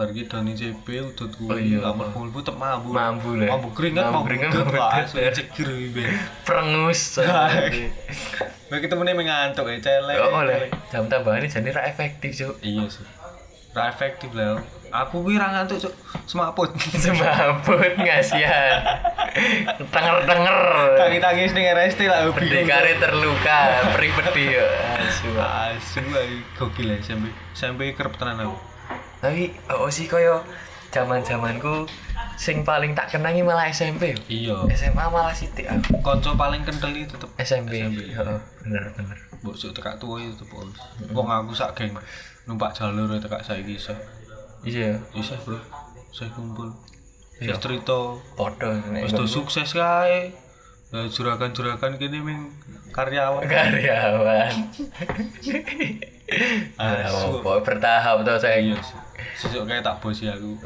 Speaker 1: pergi Doni CB udut kuwi
Speaker 2: Oh, iya.
Speaker 1: kamar mulbu tep mabur.
Speaker 2: Mambu lah.
Speaker 1: Mabur keringet
Speaker 2: Mambu
Speaker 1: mabur
Speaker 2: keringet,
Speaker 1: udut
Speaker 2: mambu
Speaker 1: lah.
Speaker 2: udut.
Speaker 1: Asli cekir iki ben. eh.
Speaker 2: prengus
Speaker 1: Lah ketemune mengantuk ya celek.
Speaker 2: Yo, oleh jam tambahan ini jadi ra efektif cuk
Speaker 1: Iya sih. Ra efektif lah. oh. Aku kuwi ra ngantuk cuk. Semaput.
Speaker 2: semabut ngasihan denger-denger
Speaker 1: Tangi-tangis ning RST lah hobi.
Speaker 2: Pendekare terluka, pribadi ya. Asu.
Speaker 1: Asu ae Ah, gokil ya SMP. SMP kerep tenan aku.
Speaker 2: Tapi oh sih koyo zaman-zamanku sing paling tak kenangi malah SMP. yo.
Speaker 1: Iya.
Speaker 2: SMA malah sitik aku.
Speaker 1: Konco paling kental itu tetep
Speaker 2: SMP. Heeh, bener bener.
Speaker 1: mbok sik tekak tuwa itu tetep oleh. Wong aku sak geng numpak jalur ya tekak saiki iso.
Speaker 2: Iya ya.
Speaker 1: Iso, Bro. Saya kumpul.
Speaker 2: Iya.
Speaker 1: Saya cerita
Speaker 2: Padha nek
Speaker 1: wis do sukses kae. Lah juragan-juragan gini ming karyawan.
Speaker 2: karyawan Ah,
Speaker 1: Asu.
Speaker 2: apa bertahap tuh saya
Speaker 1: Ah, Iya. Sesuk kayak tak bosi aku.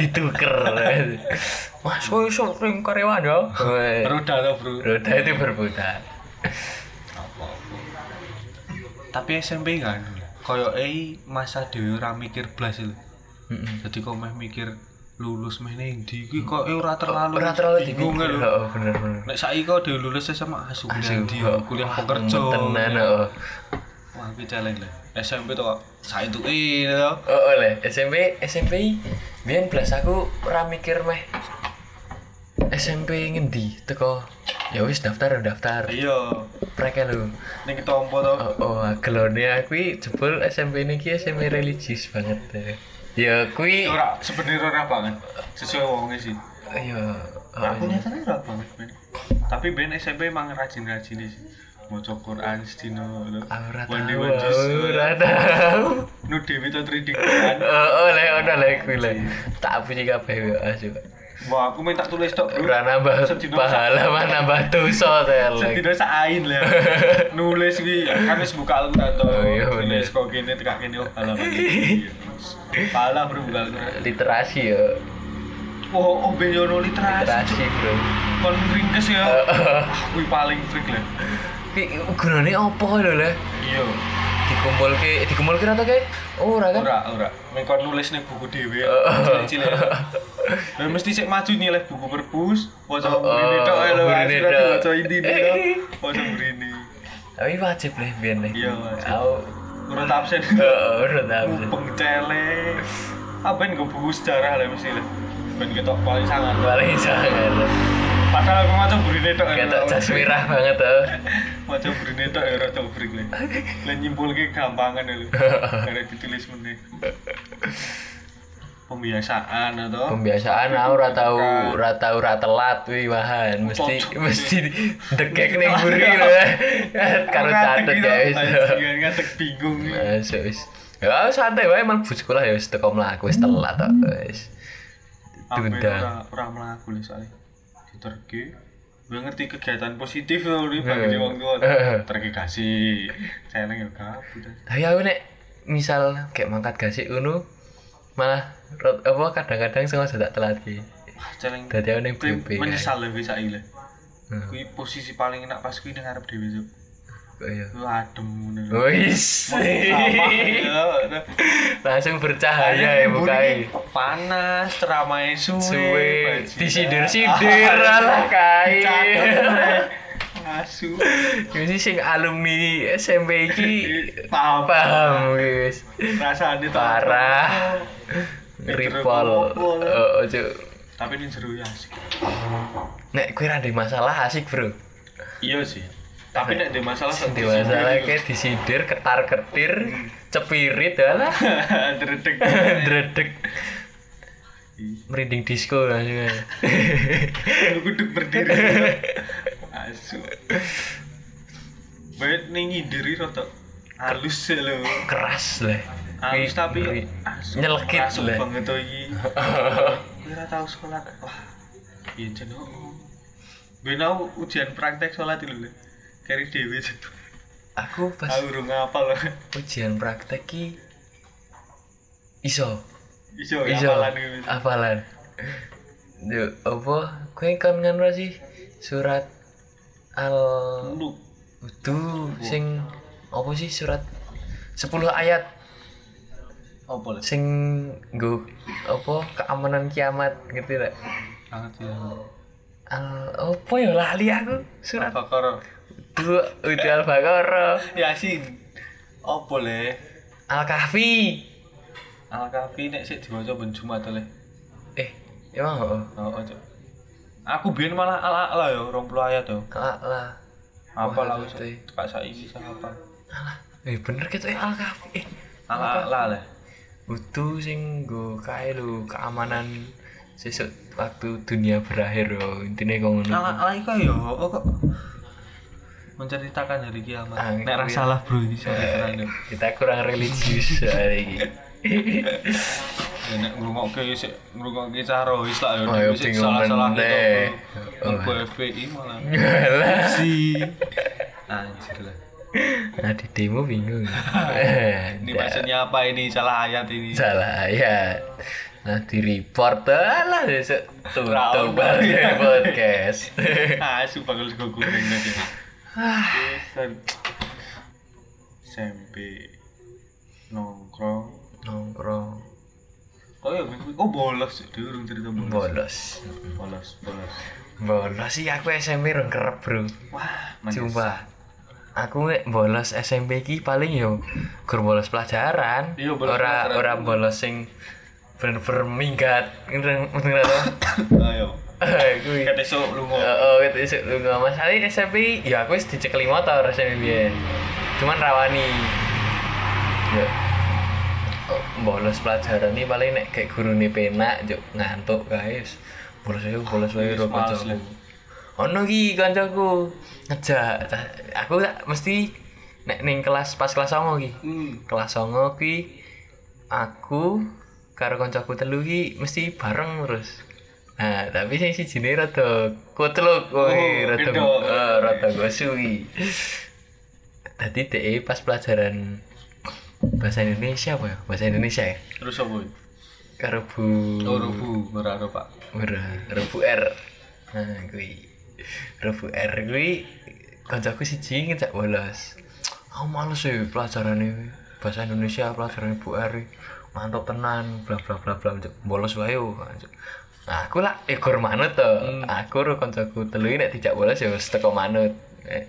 Speaker 2: dituker mas kok iso sering karyawan ya
Speaker 1: Roda tau, Bro.
Speaker 2: roda itu berputar
Speaker 1: Tapi SMP kan koyo eh masa dhewe ora mikir blas lho.
Speaker 2: Mm-mm.
Speaker 1: Jadi kok meh mikir lulus meh ning ndi kuwi kok eh, ora terlalu
Speaker 2: ora terlalu
Speaker 1: bingung
Speaker 2: dipikir
Speaker 1: lho.
Speaker 2: oh bener bener
Speaker 1: Nek saiki kok dhewe lulus sama asu kuliah
Speaker 2: Asu,
Speaker 1: ndi
Speaker 2: oh.
Speaker 1: kuliah pekerja.
Speaker 2: tenan oh
Speaker 1: Wah, iki challenge lah. SMP tuh kok saiki eh lho.
Speaker 2: oh oleh SMP SMP biar belas aku ora mikir meh SMP ngendi teko ya wis daftar daftar
Speaker 1: Iya.
Speaker 2: prek lu
Speaker 1: Ning ketompo to.
Speaker 2: Oh, oh gelone aku jebul SMP niki SMP religius banget ya. Ya kuwi
Speaker 1: Ora sebenarnya ora banget. Sesuai wonge sih.
Speaker 2: ya Ah,
Speaker 1: Aku nyatane ora banget. Ben. Tapi ben SMP emang rajin-rajin sih. Maca Quran sedino. lho.
Speaker 2: Ah, ora
Speaker 1: Wandi
Speaker 2: tahu,
Speaker 1: wandi.
Speaker 2: ora tahu.
Speaker 1: Nu dewe to tridik Quran.
Speaker 2: Oh, oh, le ono le kuwi le. Tak puji kabeh ya asu.
Speaker 1: Wah, aku minta tulis tok, Bro.
Speaker 2: Ora nambah
Speaker 1: Sedino
Speaker 2: pahala mah nambah dosa ta le.
Speaker 1: Sedino sak ain lah. Nulis iki kan wis buka Al-Qur'an to.
Speaker 2: Oh, iya, bener.
Speaker 1: Nulis kok kene tekak kene oh halaman iki. Pala Bro buka Al-Qur'an.
Speaker 2: Literasi ya,
Speaker 1: Oh, oh ben yo nulis terus.
Speaker 2: literasi Oh, bro. Oh,
Speaker 1: Kon ringkes ya. Kuwi paling freak lah.
Speaker 2: Ki gunane opo lho le?
Speaker 1: Iya.
Speaker 2: Dikumpulke, dikumpulke atau ke? Ora kan?
Speaker 1: Ora, ora. Mek kon nulis ning buku dhewe.
Speaker 2: Oh.
Speaker 1: Cilik-cilik. Lah mesti sik maju nyileh buku perpus, waca
Speaker 2: Oh, oh,
Speaker 1: mrene tok ae lho.
Speaker 2: mrene
Speaker 1: Mrene tok. Waca
Speaker 2: tok.
Speaker 1: intine tok. Waca mrene.
Speaker 2: Tapi wajib le biyen le.
Speaker 1: Iya, wajib.
Speaker 2: Aku
Speaker 1: Urut absen.
Speaker 2: Oh, ora tahu.
Speaker 1: Mupeng cele. Aben go buku sejarah lah mesti lah. Ben ketok paling sangat.
Speaker 2: paling sangat
Speaker 1: Padahal aku maca mrene tok. ae,
Speaker 2: ketok
Speaker 1: lho.
Speaker 2: jas merah banget tuh
Speaker 1: Maca mrene tok ya ora tok bring lah. Lah nyimpulke gampangan lho. Karek ditulis meneh. Pembiasaan atau
Speaker 2: pembiasaan aku ora tau ora tau ora telat wih wahan mesti
Speaker 1: Cocok.
Speaker 2: mesti dekek ning buri lho karo catet ya wis
Speaker 1: gitu. Ngadeg bingung nih.
Speaker 2: masuk wis ya aku santai wae mlebu sekolah ya wis teko mlaku wis telat tok wis
Speaker 1: Apa itu
Speaker 2: Ditendang.
Speaker 1: ora ora mlaku lho soalnya. Diterke. Gue ngerti kegiatan positif loh nih bagi
Speaker 2: Eh.
Speaker 1: wong tua.
Speaker 2: Eh.
Speaker 1: Terke kasih. Celeng ya, yo kabut. aja.
Speaker 2: tapi ya, aku nek misal kayak mangkat gasik ngono malah rot- apa kadang-kadang sengaja tak telat ki
Speaker 1: Wah, Celeng.
Speaker 2: dadi aku ning
Speaker 1: Kuwi
Speaker 2: BP kan.
Speaker 1: Menyesal lebih saiki lho.
Speaker 2: Hmm.
Speaker 1: Kuwi posisi paling enak pas kuwi ngarep dhewe Sob.
Speaker 2: Oh, iya
Speaker 1: Lu adem ngono lho.
Speaker 2: Oh. Wis.
Speaker 1: Mau ceramah, ya.
Speaker 2: Langsung bercahaya ya mukanya.
Speaker 1: panas ceramai suwe
Speaker 2: Suwe
Speaker 1: bajingan.
Speaker 2: disindir-sindir lah kai.
Speaker 1: Catet, asu
Speaker 2: Ini sing alumni SMP iki
Speaker 1: paham
Speaker 2: paham wis.
Speaker 1: rasanya tuh
Speaker 2: Parah.
Speaker 1: Eh, jeruk
Speaker 2: Ripol.
Speaker 1: opo, lah.
Speaker 2: Oh, cuk.
Speaker 1: tapi ini seru ya asik
Speaker 2: Nek kowe ra ndek masalah asik, Bro.
Speaker 1: iya sih tapi nek ada masalah
Speaker 2: Sing ndek masalah kayak disindir, ketar-ketir, cepirit alah.
Speaker 1: dredeg
Speaker 2: Dredeg. Merinding disco langsung. aja.
Speaker 1: aku duduk berdiri asu baik nih ngindiri rotok halus ya lo
Speaker 2: Keras lah.
Speaker 1: halus tapi
Speaker 2: Ngeri.
Speaker 1: asu
Speaker 2: nyelekit
Speaker 1: asu
Speaker 2: lah.
Speaker 1: banget tuh ini kira tahu sholat wah iya jenuh benau ujian praktek sholat itu lho kari dewi
Speaker 2: Aku pas
Speaker 1: aku urung ngapal loh
Speaker 2: ujian praktek ki iso
Speaker 1: iso
Speaker 2: iso
Speaker 1: ngapalan gitu
Speaker 2: apalan Duh, apa kowe kan ngono sih surat al
Speaker 1: lu
Speaker 2: wudu sing apa sih surat 10 ayat
Speaker 1: apa lah
Speaker 2: sing nggo apa keamanan kiamat ngerti tak
Speaker 1: sangat ya
Speaker 2: al apa ya lali aku surat
Speaker 1: bakar
Speaker 2: wudu wudu al baqarah
Speaker 1: yasin apa le
Speaker 2: al kahfi
Speaker 1: al kafi nek sik diwaca ben Jumat le
Speaker 2: eh emang oh
Speaker 1: oh ojo aku biyen malah ala ala yo 20 ayat yo
Speaker 2: lah lah
Speaker 1: apa lah wis
Speaker 2: Maksudnya.
Speaker 1: tak saiki sak apa
Speaker 2: Alah, eh bener gitu eh al kahfi eh.
Speaker 1: ala ala le
Speaker 2: Utu sing nggo kae lho keamanan sesuk waktu dunia berakhir lho intine kok ngono.
Speaker 1: ala ala iku yo oh, kok menceritakan hari kiamat
Speaker 2: Ah,
Speaker 1: nek ra
Speaker 2: iya.
Speaker 1: salah bro iki sorry tenan yo
Speaker 2: Kita kurang religius hari ini.
Speaker 1: Ya, nek ngrungokke sik ngrungokke Carois lah ya
Speaker 2: Oh, ya,
Speaker 1: nek sik
Speaker 2: bingung
Speaker 1: salah-salah
Speaker 2: meneh.
Speaker 1: gitu. Mlebu FPI malah.
Speaker 2: Alah.
Speaker 1: Si. Anjir lah.
Speaker 2: Nah, di demo bingung.
Speaker 1: Ini
Speaker 2: Nah,
Speaker 1: maksudnya apa ini salah ayat ini?
Speaker 2: Salah ya. Nah, di report alah besok tutup
Speaker 1: Round.
Speaker 2: banget podcast.
Speaker 1: ah, su bakal sego goreng nanti. Pisan. SMP nongkrong.
Speaker 2: Nongkrong
Speaker 1: Oh ya, minggu- oh bolos, dia urung cerita bolos.
Speaker 2: bolos.
Speaker 1: Bolos, bolos.
Speaker 2: Bolos sih aku SMP rong kerep, Bro.
Speaker 1: Wah, manis.
Speaker 2: Coba. Aku nek bolos SMP ki paling yo gur bolos pelajaran.
Speaker 1: Iya, bolos
Speaker 2: ora
Speaker 1: pelajaran.
Speaker 2: ora bolos sing bener-bener minggat. Ngereng- ngereng apa?
Speaker 1: Ayo.
Speaker 2: Eh, Kuwi.
Speaker 1: Kata esok lu
Speaker 2: Oh,
Speaker 1: ngomong.
Speaker 2: oh gitu isu lu nggak masalah SMP ya aku wis dicekeli motor SMP biyen. Cuman rawani. Ya. Oh, bolos pelajaran nih paling nek kayak guru nih penak juk ngantuk guys. Bolos ayo bolos ayo
Speaker 1: Wis
Speaker 2: ro
Speaker 1: males
Speaker 2: kancaku. Ono ki kancaku ngejak Cah- aku tak mesti nek ning kelas pas kelas songo ki.
Speaker 1: Hmm.
Speaker 2: Kelas songo ki aku karo kancaku telu ki mesti bareng terus. Nah, tapi sing siji ne rada kutluk kowe,
Speaker 1: Oh,
Speaker 2: rada
Speaker 1: beda.
Speaker 2: eh, rada gosui. Dadi DE pas pelajaran bahasa Indonesia apa ya? Bahasa Indonesia ya?
Speaker 1: Terus apa?
Speaker 2: Karo Bu
Speaker 1: Loro bu, ora ora, Pak.
Speaker 2: Ora, karo Bu R. Nah, kuwi. Karo Bu R kuwi kancaku siji ngejak bolos. Aku males sih pelajaran ini bahasa Indonesia pelajaran Bu R mantap tenan bla bla bla bla Cuk. bolos wae yo. Cuk. Nah, aku lah ekor manut to. Aku ro kancaku telu iki nek dijak bolos ya wis teko manut. Eh,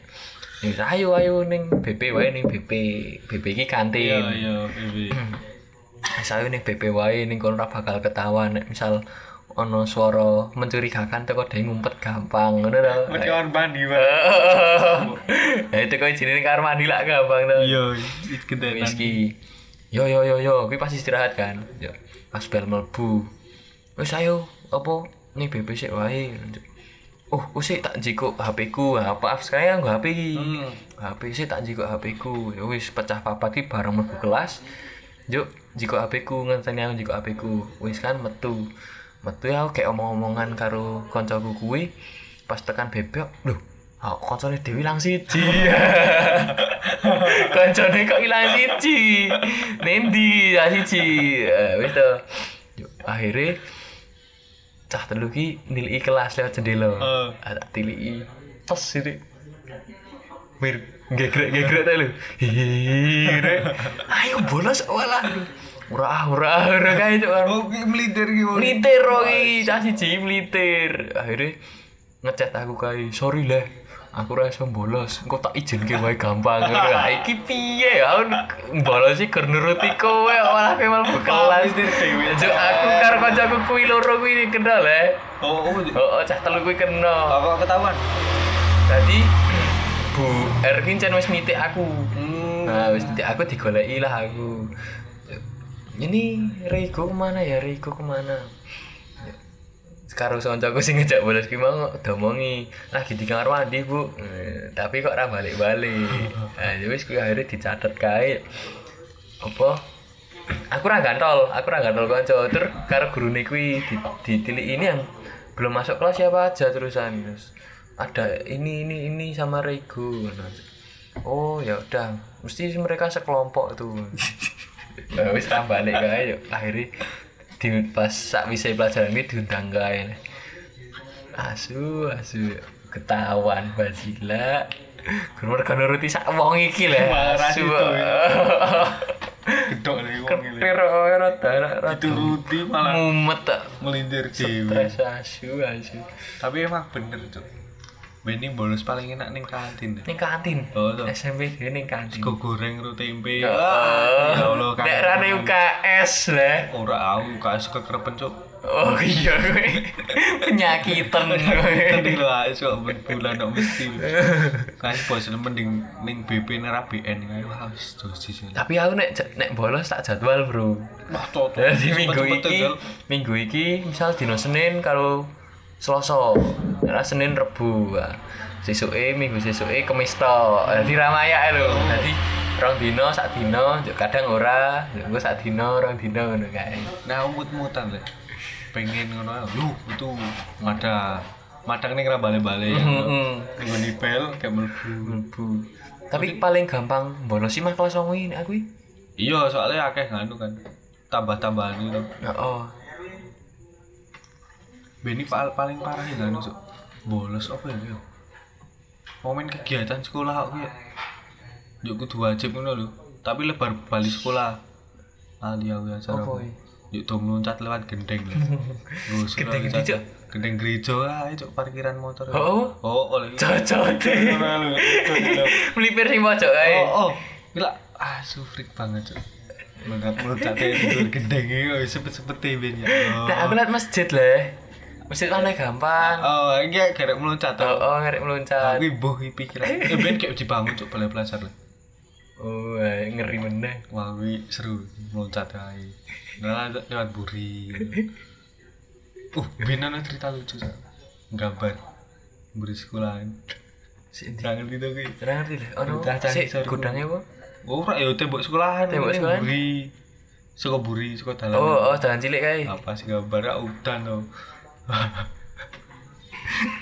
Speaker 2: ya wis, ayo ayo ning BP wae ning BP. BP iki kantin.
Speaker 1: Iya, iya, iya.
Speaker 2: saya ning BP wae ning kono ora bakal ketahuan nek misal ono suara mencurigakan teko dhewe ngumpet gampang ngono to.
Speaker 1: Mau kawan mandi, Pak.
Speaker 2: Ya itu kok jenenge kamar mandi lah gampang to.
Speaker 1: Iya, itu
Speaker 2: Kuwi
Speaker 1: kendaraan.
Speaker 2: iki. Yo yo yo yo, kuwi pas istirahat kan. Yo. Pas bel mlebu. Wis ayo apa ning BP sik wae. Oh, usik tak jikuk HP ku. Ah, Apa sekarang nggo HP iki.
Speaker 1: Hmm.
Speaker 2: HP sih tak jiko HP ku ya wis pecah papat ki bareng mlebu kelas yuk jiko HP ku ngenteni aku jiko HP ku wis kan metu metu ya aku kayak omong-omongan karo koncoku kuwi pas tekan bebek lho Ah, koncone Dewi lang siji. koncone kok ilang siji. Nendi ya siji. Eh, Wis to. Yuk, akhirnya cah telu ki nilai kelas lewat jendela.
Speaker 1: Eh.
Speaker 2: Ah, tak tiliki. Tes sithik. Mir, gegrek gegrek ta lu. Hihihi. Ayo bolos walah. Ora ah, ora ah, ora kae cok.
Speaker 1: Oh, ki melider ki, Pak.
Speaker 2: Melitir rogi, cah siji melitir. Akhirnya ngechat aku kae, "Sorry lah, aku ora iso bolos. Engko tak izinke wae gampang." Ngono. Ah, Iki piye ya? Bolos sih gur nuruti kowe kok malah kowe malah bekelas.
Speaker 1: melitir dhewe.
Speaker 2: Juk aku karo kancaku kuwi loro kuwi kenal eh.
Speaker 1: Oh, oh, di-
Speaker 2: Oh, oh, cah telu kuwi kenal.
Speaker 1: apa ketahuan?
Speaker 2: Dadi Bu Erkin jan wis nitik aku.
Speaker 1: Hmm.
Speaker 2: Nah, Ah, wis nanti aku digoleki lah aku. Ini Rego kemana ya? Rego kemana? Sekarang sonco aku sih ngejak bolos ki mau domongi lagi di kamar mandi bu, Eh, tapi kok ora balik balik. Nah, ya wis kuwi akhirnya dicatat kae. Apa? Aku ora gantol, aku ora gantol kanca. Tur karo gurune kuwi di- ditiliki ini yang belum masuk kelas siapa aja terusan terus ada ini ini ini sama Rego. Oh ya udah, mesti mereka sekelompok tuh. Ya wis ra balik kae yo. Akhire di pas sakwise pelajaran ini diundang kae. Asu, asu ketahuan Basila. Kurang mergo nuruti sak wong iki lho.
Speaker 1: Marah
Speaker 2: Asu.
Speaker 1: itu, ya. Gedok lagi wong ini.
Speaker 2: Kira ora darak ra
Speaker 1: Dituruti malah
Speaker 2: mumet tak.
Speaker 1: melinder dhewe.
Speaker 2: Stres asu asu.
Speaker 1: Tapi emang bener, Cuk. Bening bolos paling enak ning kantin.
Speaker 2: Ning kantin.
Speaker 1: Oh, tuh.
Speaker 2: SMP dhewe ning kantin.
Speaker 1: Sego goreng ro tempe.
Speaker 2: Oh,
Speaker 1: Ah, Ya Allah,
Speaker 2: Nek ra ning UKS lah.
Speaker 1: Ora aku gak suka kerepen, Cuk.
Speaker 2: Oh iya kowe. Penyakitan kowe.
Speaker 1: Tadi lho aku suka berbulan dok mesti. Kasih bosen mending ning BP ning BN kae wah wis dosi sih.
Speaker 2: tapi aku nek nek bolos tak jadwal bro
Speaker 1: Wah, cocok.
Speaker 2: jadi minggu
Speaker 1: Cepet-cepetan,
Speaker 2: iki
Speaker 1: Jal.
Speaker 2: minggu iki misal dino senin kalau selasa nah, senin rebu sesuke minggu sesuke kemis tok jadi ramaya lho jadi rong dino sak dino njuk kadang ora njuk engko sak dino rong dino ngono kae
Speaker 1: Nah, umut-mutan lek. Pengen ngono ae. Lu itu madang. Madang ning ra ya. bale-bale.
Speaker 2: Heeh.
Speaker 1: Nggo nipel kayak mlebu.
Speaker 2: mlebu tapi paling gampang bolosi mah kelas wong ini aku
Speaker 1: Iya, soalnya akeh nganu kan. Tambah-tambahan gitu. itu.
Speaker 2: oh
Speaker 1: Beni pa- paling parah ya nganu, Cuk. Bolos apa ya? Cuk? Momen kegiatan sekolah aku ya. Yo kudu wajib ngono lho. Tapi lebar balik sekolah. Ah, Ali aku acara. Apa?
Speaker 2: Apa ya?
Speaker 1: Yuk dong loncat lewat gendeng lho. Ngusur
Speaker 2: Gendeng
Speaker 1: loncat.
Speaker 2: ndi, Cuk?
Speaker 1: Gendeng gereja ae, Cuk, parkiran motor.
Speaker 2: oh
Speaker 1: Oh, oleh.
Speaker 2: cocok deh
Speaker 1: Ngono lho.
Speaker 2: melipir sing pojok kae
Speaker 1: Oh, oh. Gila, ah sufrik banget, Cuk. Mangkat loncat tidur gendeng iki sepet-sepet ben ya. Allah.
Speaker 2: nah aku liat masjid lah masjid mana gampang
Speaker 1: Oh, enggak karek meloncat.
Speaker 2: oh
Speaker 1: tau.
Speaker 2: oh ngerek meloncat
Speaker 1: Aku ibuh iki pikiran. Eh ben kayak dibangun cuk balai pelajar lho.
Speaker 2: oh ay, ngeri meneh
Speaker 1: Wah, wi seru meloncat ae. Nah, le- lewat buri. Uh, ben ana cerita lucu Cuk. Gambar buri sekolahan.
Speaker 2: sik ndi
Speaker 1: Jangan gitu ki.
Speaker 2: Ora ngerti lah ono
Speaker 1: Bocah cah
Speaker 2: sik
Speaker 1: ngisor.
Speaker 2: gudangnya apa
Speaker 1: Ora ya tembok sekolahan.
Speaker 2: Tembok
Speaker 1: ini
Speaker 2: sekolahan?
Speaker 1: Buri. Saka buri, saka dalan.
Speaker 2: oh oh jalan cilik kae
Speaker 1: Apa sih gambar ah, udan to. Ki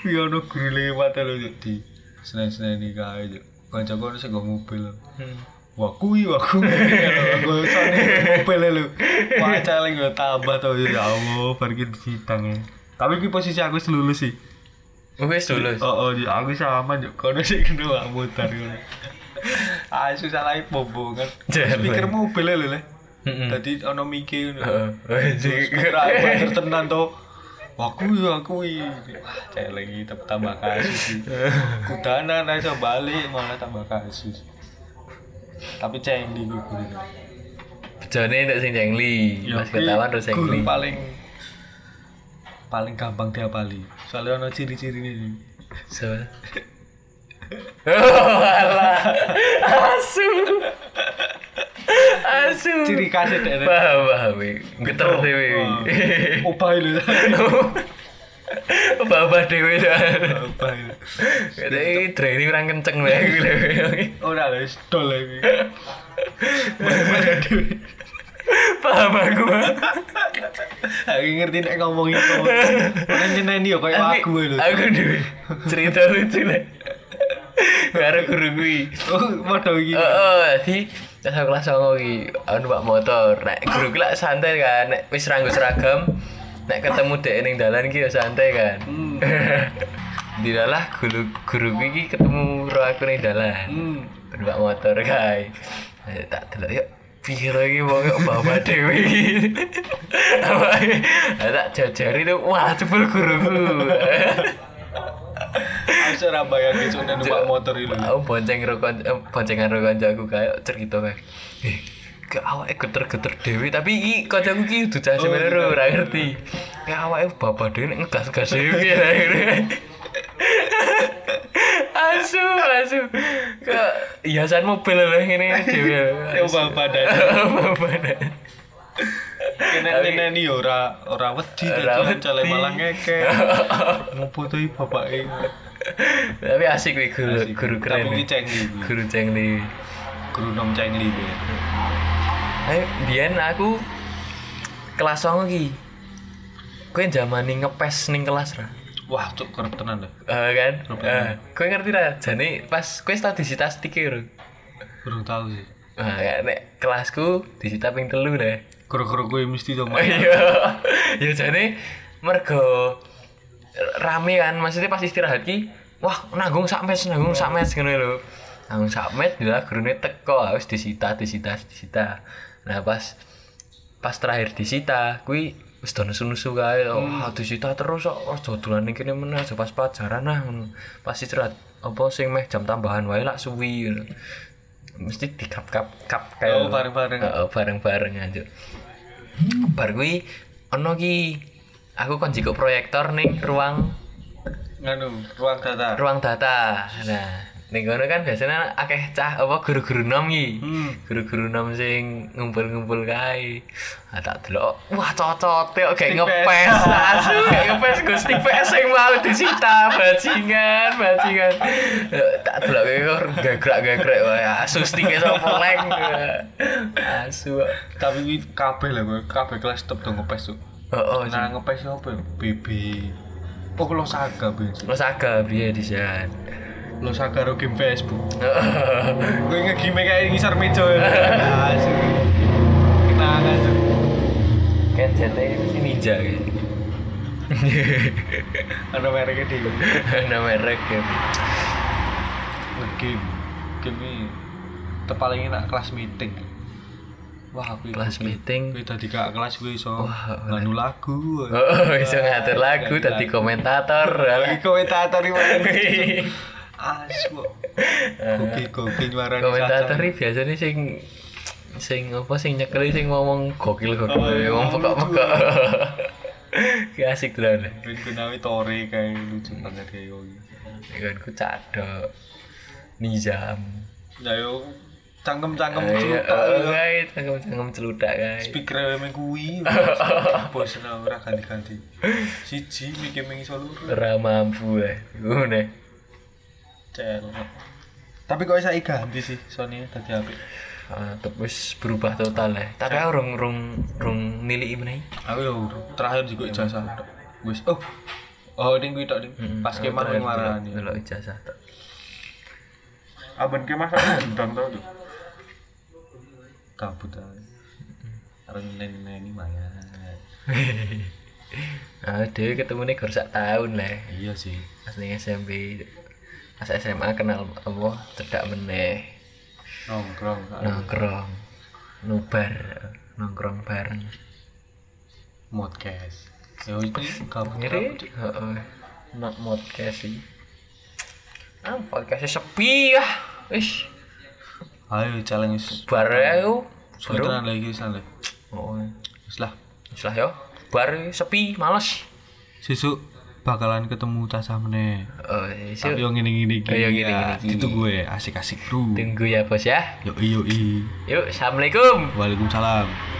Speaker 1: Iya, ono guru lewat ya, lho Cuk, di senen-seneni kae Cuk. Kancaku ono sing nggo mobil. lho.
Speaker 2: Hmm.
Speaker 1: Wah kui, wah kui ya, Gue soalnya mobil ya, lu Wah caleng gue tambah tau Ya Allah, pergi di sidang ya Tapi ki posisi aku selulu sih
Speaker 2: wis lulus
Speaker 1: Oh, oh ya, aku sama Juk Kono sih kena gak mutar gitu. Ah, susah lagi bobongan
Speaker 2: Jalan.
Speaker 1: Speaker mobil ya, lho leh
Speaker 2: Heeh.
Speaker 1: Tadi ono mikir gitu
Speaker 2: Hmm. Heeh.
Speaker 1: Speaker aku banter tenan to Wah kui, wah kui Wah caleng ini tambah kasus Kudanan aja balik malah tambah kasus Tapi ceng di gue gue
Speaker 2: Bejane ndek sing
Speaker 1: Ya,
Speaker 2: jengli. Iya, Pas
Speaker 1: kuwi
Speaker 2: ketahuan terus
Speaker 1: guru
Speaker 2: jengli.
Speaker 1: paling paling gampang diapali soalnya ono ciri-ciri ini
Speaker 2: So. Oh, alah. Asu. Asu.
Speaker 1: ciri khas deh
Speaker 2: Paham, paham. wi. Geter dhewe.
Speaker 1: opah itu
Speaker 2: Babah dhewe.
Speaker 1: opah itu
Speaker 2: Jadi training kurang kenceng lah aku lah.
Speaker 1: ora lah stol lagi
Speaker 2: Paham aku.
Speaker 1: aku ngerti nek ngomong itu kan nyeneni yo koyo aku lho
Speaker 2: Aku dhewe cerita lucu lah. Karo guru kuwi.
Speaker 1: oh padha iki
Speaker 2: Oh, oh, jadi pas aku kelas songo ki, aku numpak motor. Nek guru ki lak santai kan, nek wis ranggo seragam, nek ketemu dek ning dalan ki ya santai kan.
Speaker 1: Hmm.
Speaker 2: Dilalah guru guru kuwi ki ketemu ro aku ning dalan.
Speaker 1: hmm
Speaker 2: Numpak motor kae. Eh, Tak delok yuk Piro iki wong kok bawa dhewe iki. Awake ah, tak jajari tuh, wah cepul guruku.
Speaker 1: aku ora bayangin cuma numpak motor itu
Speaker 2: Aku bonceng karo kon eh, boncengan karo kancaku kayak cerita kae. Eh, gak awake geter-geter dhewe tapi iki kancaku iki udah cah
Speaker 1: Oh,
Speaker 2: semeru
Speaker 1: iya.
Speaker 2: ora ngerti. Kayak awake bapak dhewe nek ngegas-gas dhewe piye lah akhirnya. Asu, asu. Kok hiasan mobil lho ngene dhewe.
Speaker 1: Ya, bapak dhewe.
Speaker 2: Bapak dhewe.
Speaker 1: kena nyeneni yo ora ora wedi
Speaker 2: Ora
Speaker 1: dadi calon
Speaker 2: wedi.
Speaker 1: malah ngeke ngumpuli bapake
Speaker 2: Tapi asik wih guru,
Speaker 1: Asik.
Speaker 2: guru
Speaker 1: Tapi
Speaker 2: keren. wih.
Speaker 1: ini cengli wih.
Speaker 2: Guru cengli.
Speaker 1: guru nom cengli wih.
Speaker 2: Ayo, biyen aku kelas 9 iki. Kowe zamane ngepes ning kelas ra.
Speaker 1: Wah, cuk kerep tenan dah.
Speaker 2: Eh kan?
Speaker 1: Apa?
Speaker 2: Eh, kowe ngerti ra? Jane pas kowe tau disita stike lho.
Speaker 1: Kurang tahu sih.
Speaker 2: Nah, Ah, nek kelasku disita ping telu deh.
Speaker 1: Kuro-kuro gue mesti to main.
Speaker 2: Iya. Ya jane mergo rame kan, maksudnya pas istirahat ki, wah nanggung sak mes, nanggung sak mes ngono lho. Nanggung sak mes dia gurune teko, ah, wis disita, disita, disita. Nah, pas pas terakhir disita, kuwi wis do nesu-nesu kae, wah disita terus kok aja dolan ning kene meneh, aja pas pelajaran nah ngono. Pas istirahat apa sing meh jam tambahan wae lak suwi ngono. Mesti dikap-kap kap
Speaker 1: Oh,
Speaker 2: kayak
Speaker 1: bareng-bareng.
Speaker 2: Heeh, bareng-bareng aja. Bar kuwi ono ki aku kon jikuk proyektor ning ruang
Speaker 1: Nganu, ruang data.
Speaker 2: ruang data. Nah, Ning kono kan biasanya akeh cah apa guru-guru nom iki.
Speaker 1: Hmm.
Speaker 2: Guru-guru nom sing ngumpul-ngumpul kae. Ah tak delok, wah cocote kok
Speaker 1: Stick
Speaker 2: kayak ngepes.
Speaker 1: PS.
Speaker 2: Asu kayak ngepes Gus Stick PS yang mau disita bajingan, bajingan. Eh, Tak delok kayak kok gagrak-gagrak wae. Asu stike sapa leng. Asu. kok.
Speaker 1: Tapi kuwi kabeh lah kowe, kabeh kelas tetep do ngepes tuh.
Speaker 2: Oh, oh.
Speaker 1: Nah, ngepes apa ya? BB. Apa lo saga ben?
Speaker 2: Mas agak Oh, piye Ya. disan.
Speaker 1: Lo saga ro game Facebook. Gue ngegime kayak ngisar meja. ya. Asu. Kita akan
Speaker 2: Kan jatuhnya mesti ninja kan.
Speaker 1: ada mereknya di
Speaker 2: Ada merek ya.
Speaker 1: ngegame. Game ini terpaling enak kelas meeting. Wah, aku
Speaker 2: Kelas meeting
Speaker 1: Gue tadi gak kelas gue iso
Speaker 2: Wah,
Speaker 1: nganu lagu.
Speaker 2: Oh, bisa ngatur lagu, tadi komentator.
Speaker 1: Lagi komentator iki malah
Speaker 2: Hehehe.
Speaker 1: asu. Koki
Speaker 2: Eh.
Speaker 1: koki nyuara
Speaker 2: komentator ini biasanya sing sing apa sing nyekeli sing ngomong gokil gokil,
Speaker 1: Oh, iya,
Speaker 2: ngomong pekak pekak. Ki asik tenan.
Speaker 1: Ben Gunawi tore kayak lucu banget kayak yo.
Speaker 2: Ikan ku cadok. Nizam.
Speaker 1: Ya yo cangkem-cangkem
Speaker 2: Ayo,
Speaker 1: celuta.
Speaker 2: oh,
Speaker 1: yo.
Speaker 2: guys, tangkem tangkem celudak guys.
Speaker 1: Speaker emang kuwi. Bosen aku ora ganti-ganti. Siji mikir ming iso luru.
Speaker 2: Ora mampu eh. Ngene.
Speaker 1: Celok. Tapi kok saya ganti sih Sony tadi HP.
Speaker 2: Ah, terus berubah total eh. Tapi aku rung rung rung nilai meneh.
Speaker 1: Aku yo terakhir juga ijazah. tok. Wis oh. Oh, ding kuwi tok ding. Pas ya. kemah yang marani.
Speaker 2: Delok ijazah tok.
Speaker 1: Abang kemah sama gendang tau tuh Kabut aja Renen ini maya
Speaker 2: Nah, dia ketemu nih gor sak tahun lah.
Speaker 1: Iya sih
Speaker 2: Pas ning SMP, pas SMA kenal Allah cedak meneh
Speaker 1: Nongkrong
Speaker 2: nongkrong, nubar, nongkrong bareng.
Speaker 1: Modcast Ya ini kabut
Speaker 2: Ngeri, heeh. Nak podcast sih. Ah, podcastnya sepi ya. Wis,
Speaker 1: Ayo challenge
Speaker 2: bar aku.
Speaker 1: Sebentar lagi bisa lagi
Speaker 2: Oh,
Speaker 1: Terus lah
Speaker 2: istilah yo. Bar sepi, males.
Speaker 1: Sesuk bakalan ketemu Casa meneh
Speaker 2: Heeh, isu.
Speaker 1: Tapi yang gini-gini
Speaker 2: Oh, yang gini-gini iki.
Speaker 1: Itu gue Ah, asik-asik bro
Speaker 2: tunggu ya bos ya.
Speaker 1: Yoi yoi
Speaker 2: Yuk, assalamualaikum.
Speaker 1: Waalaikumsalam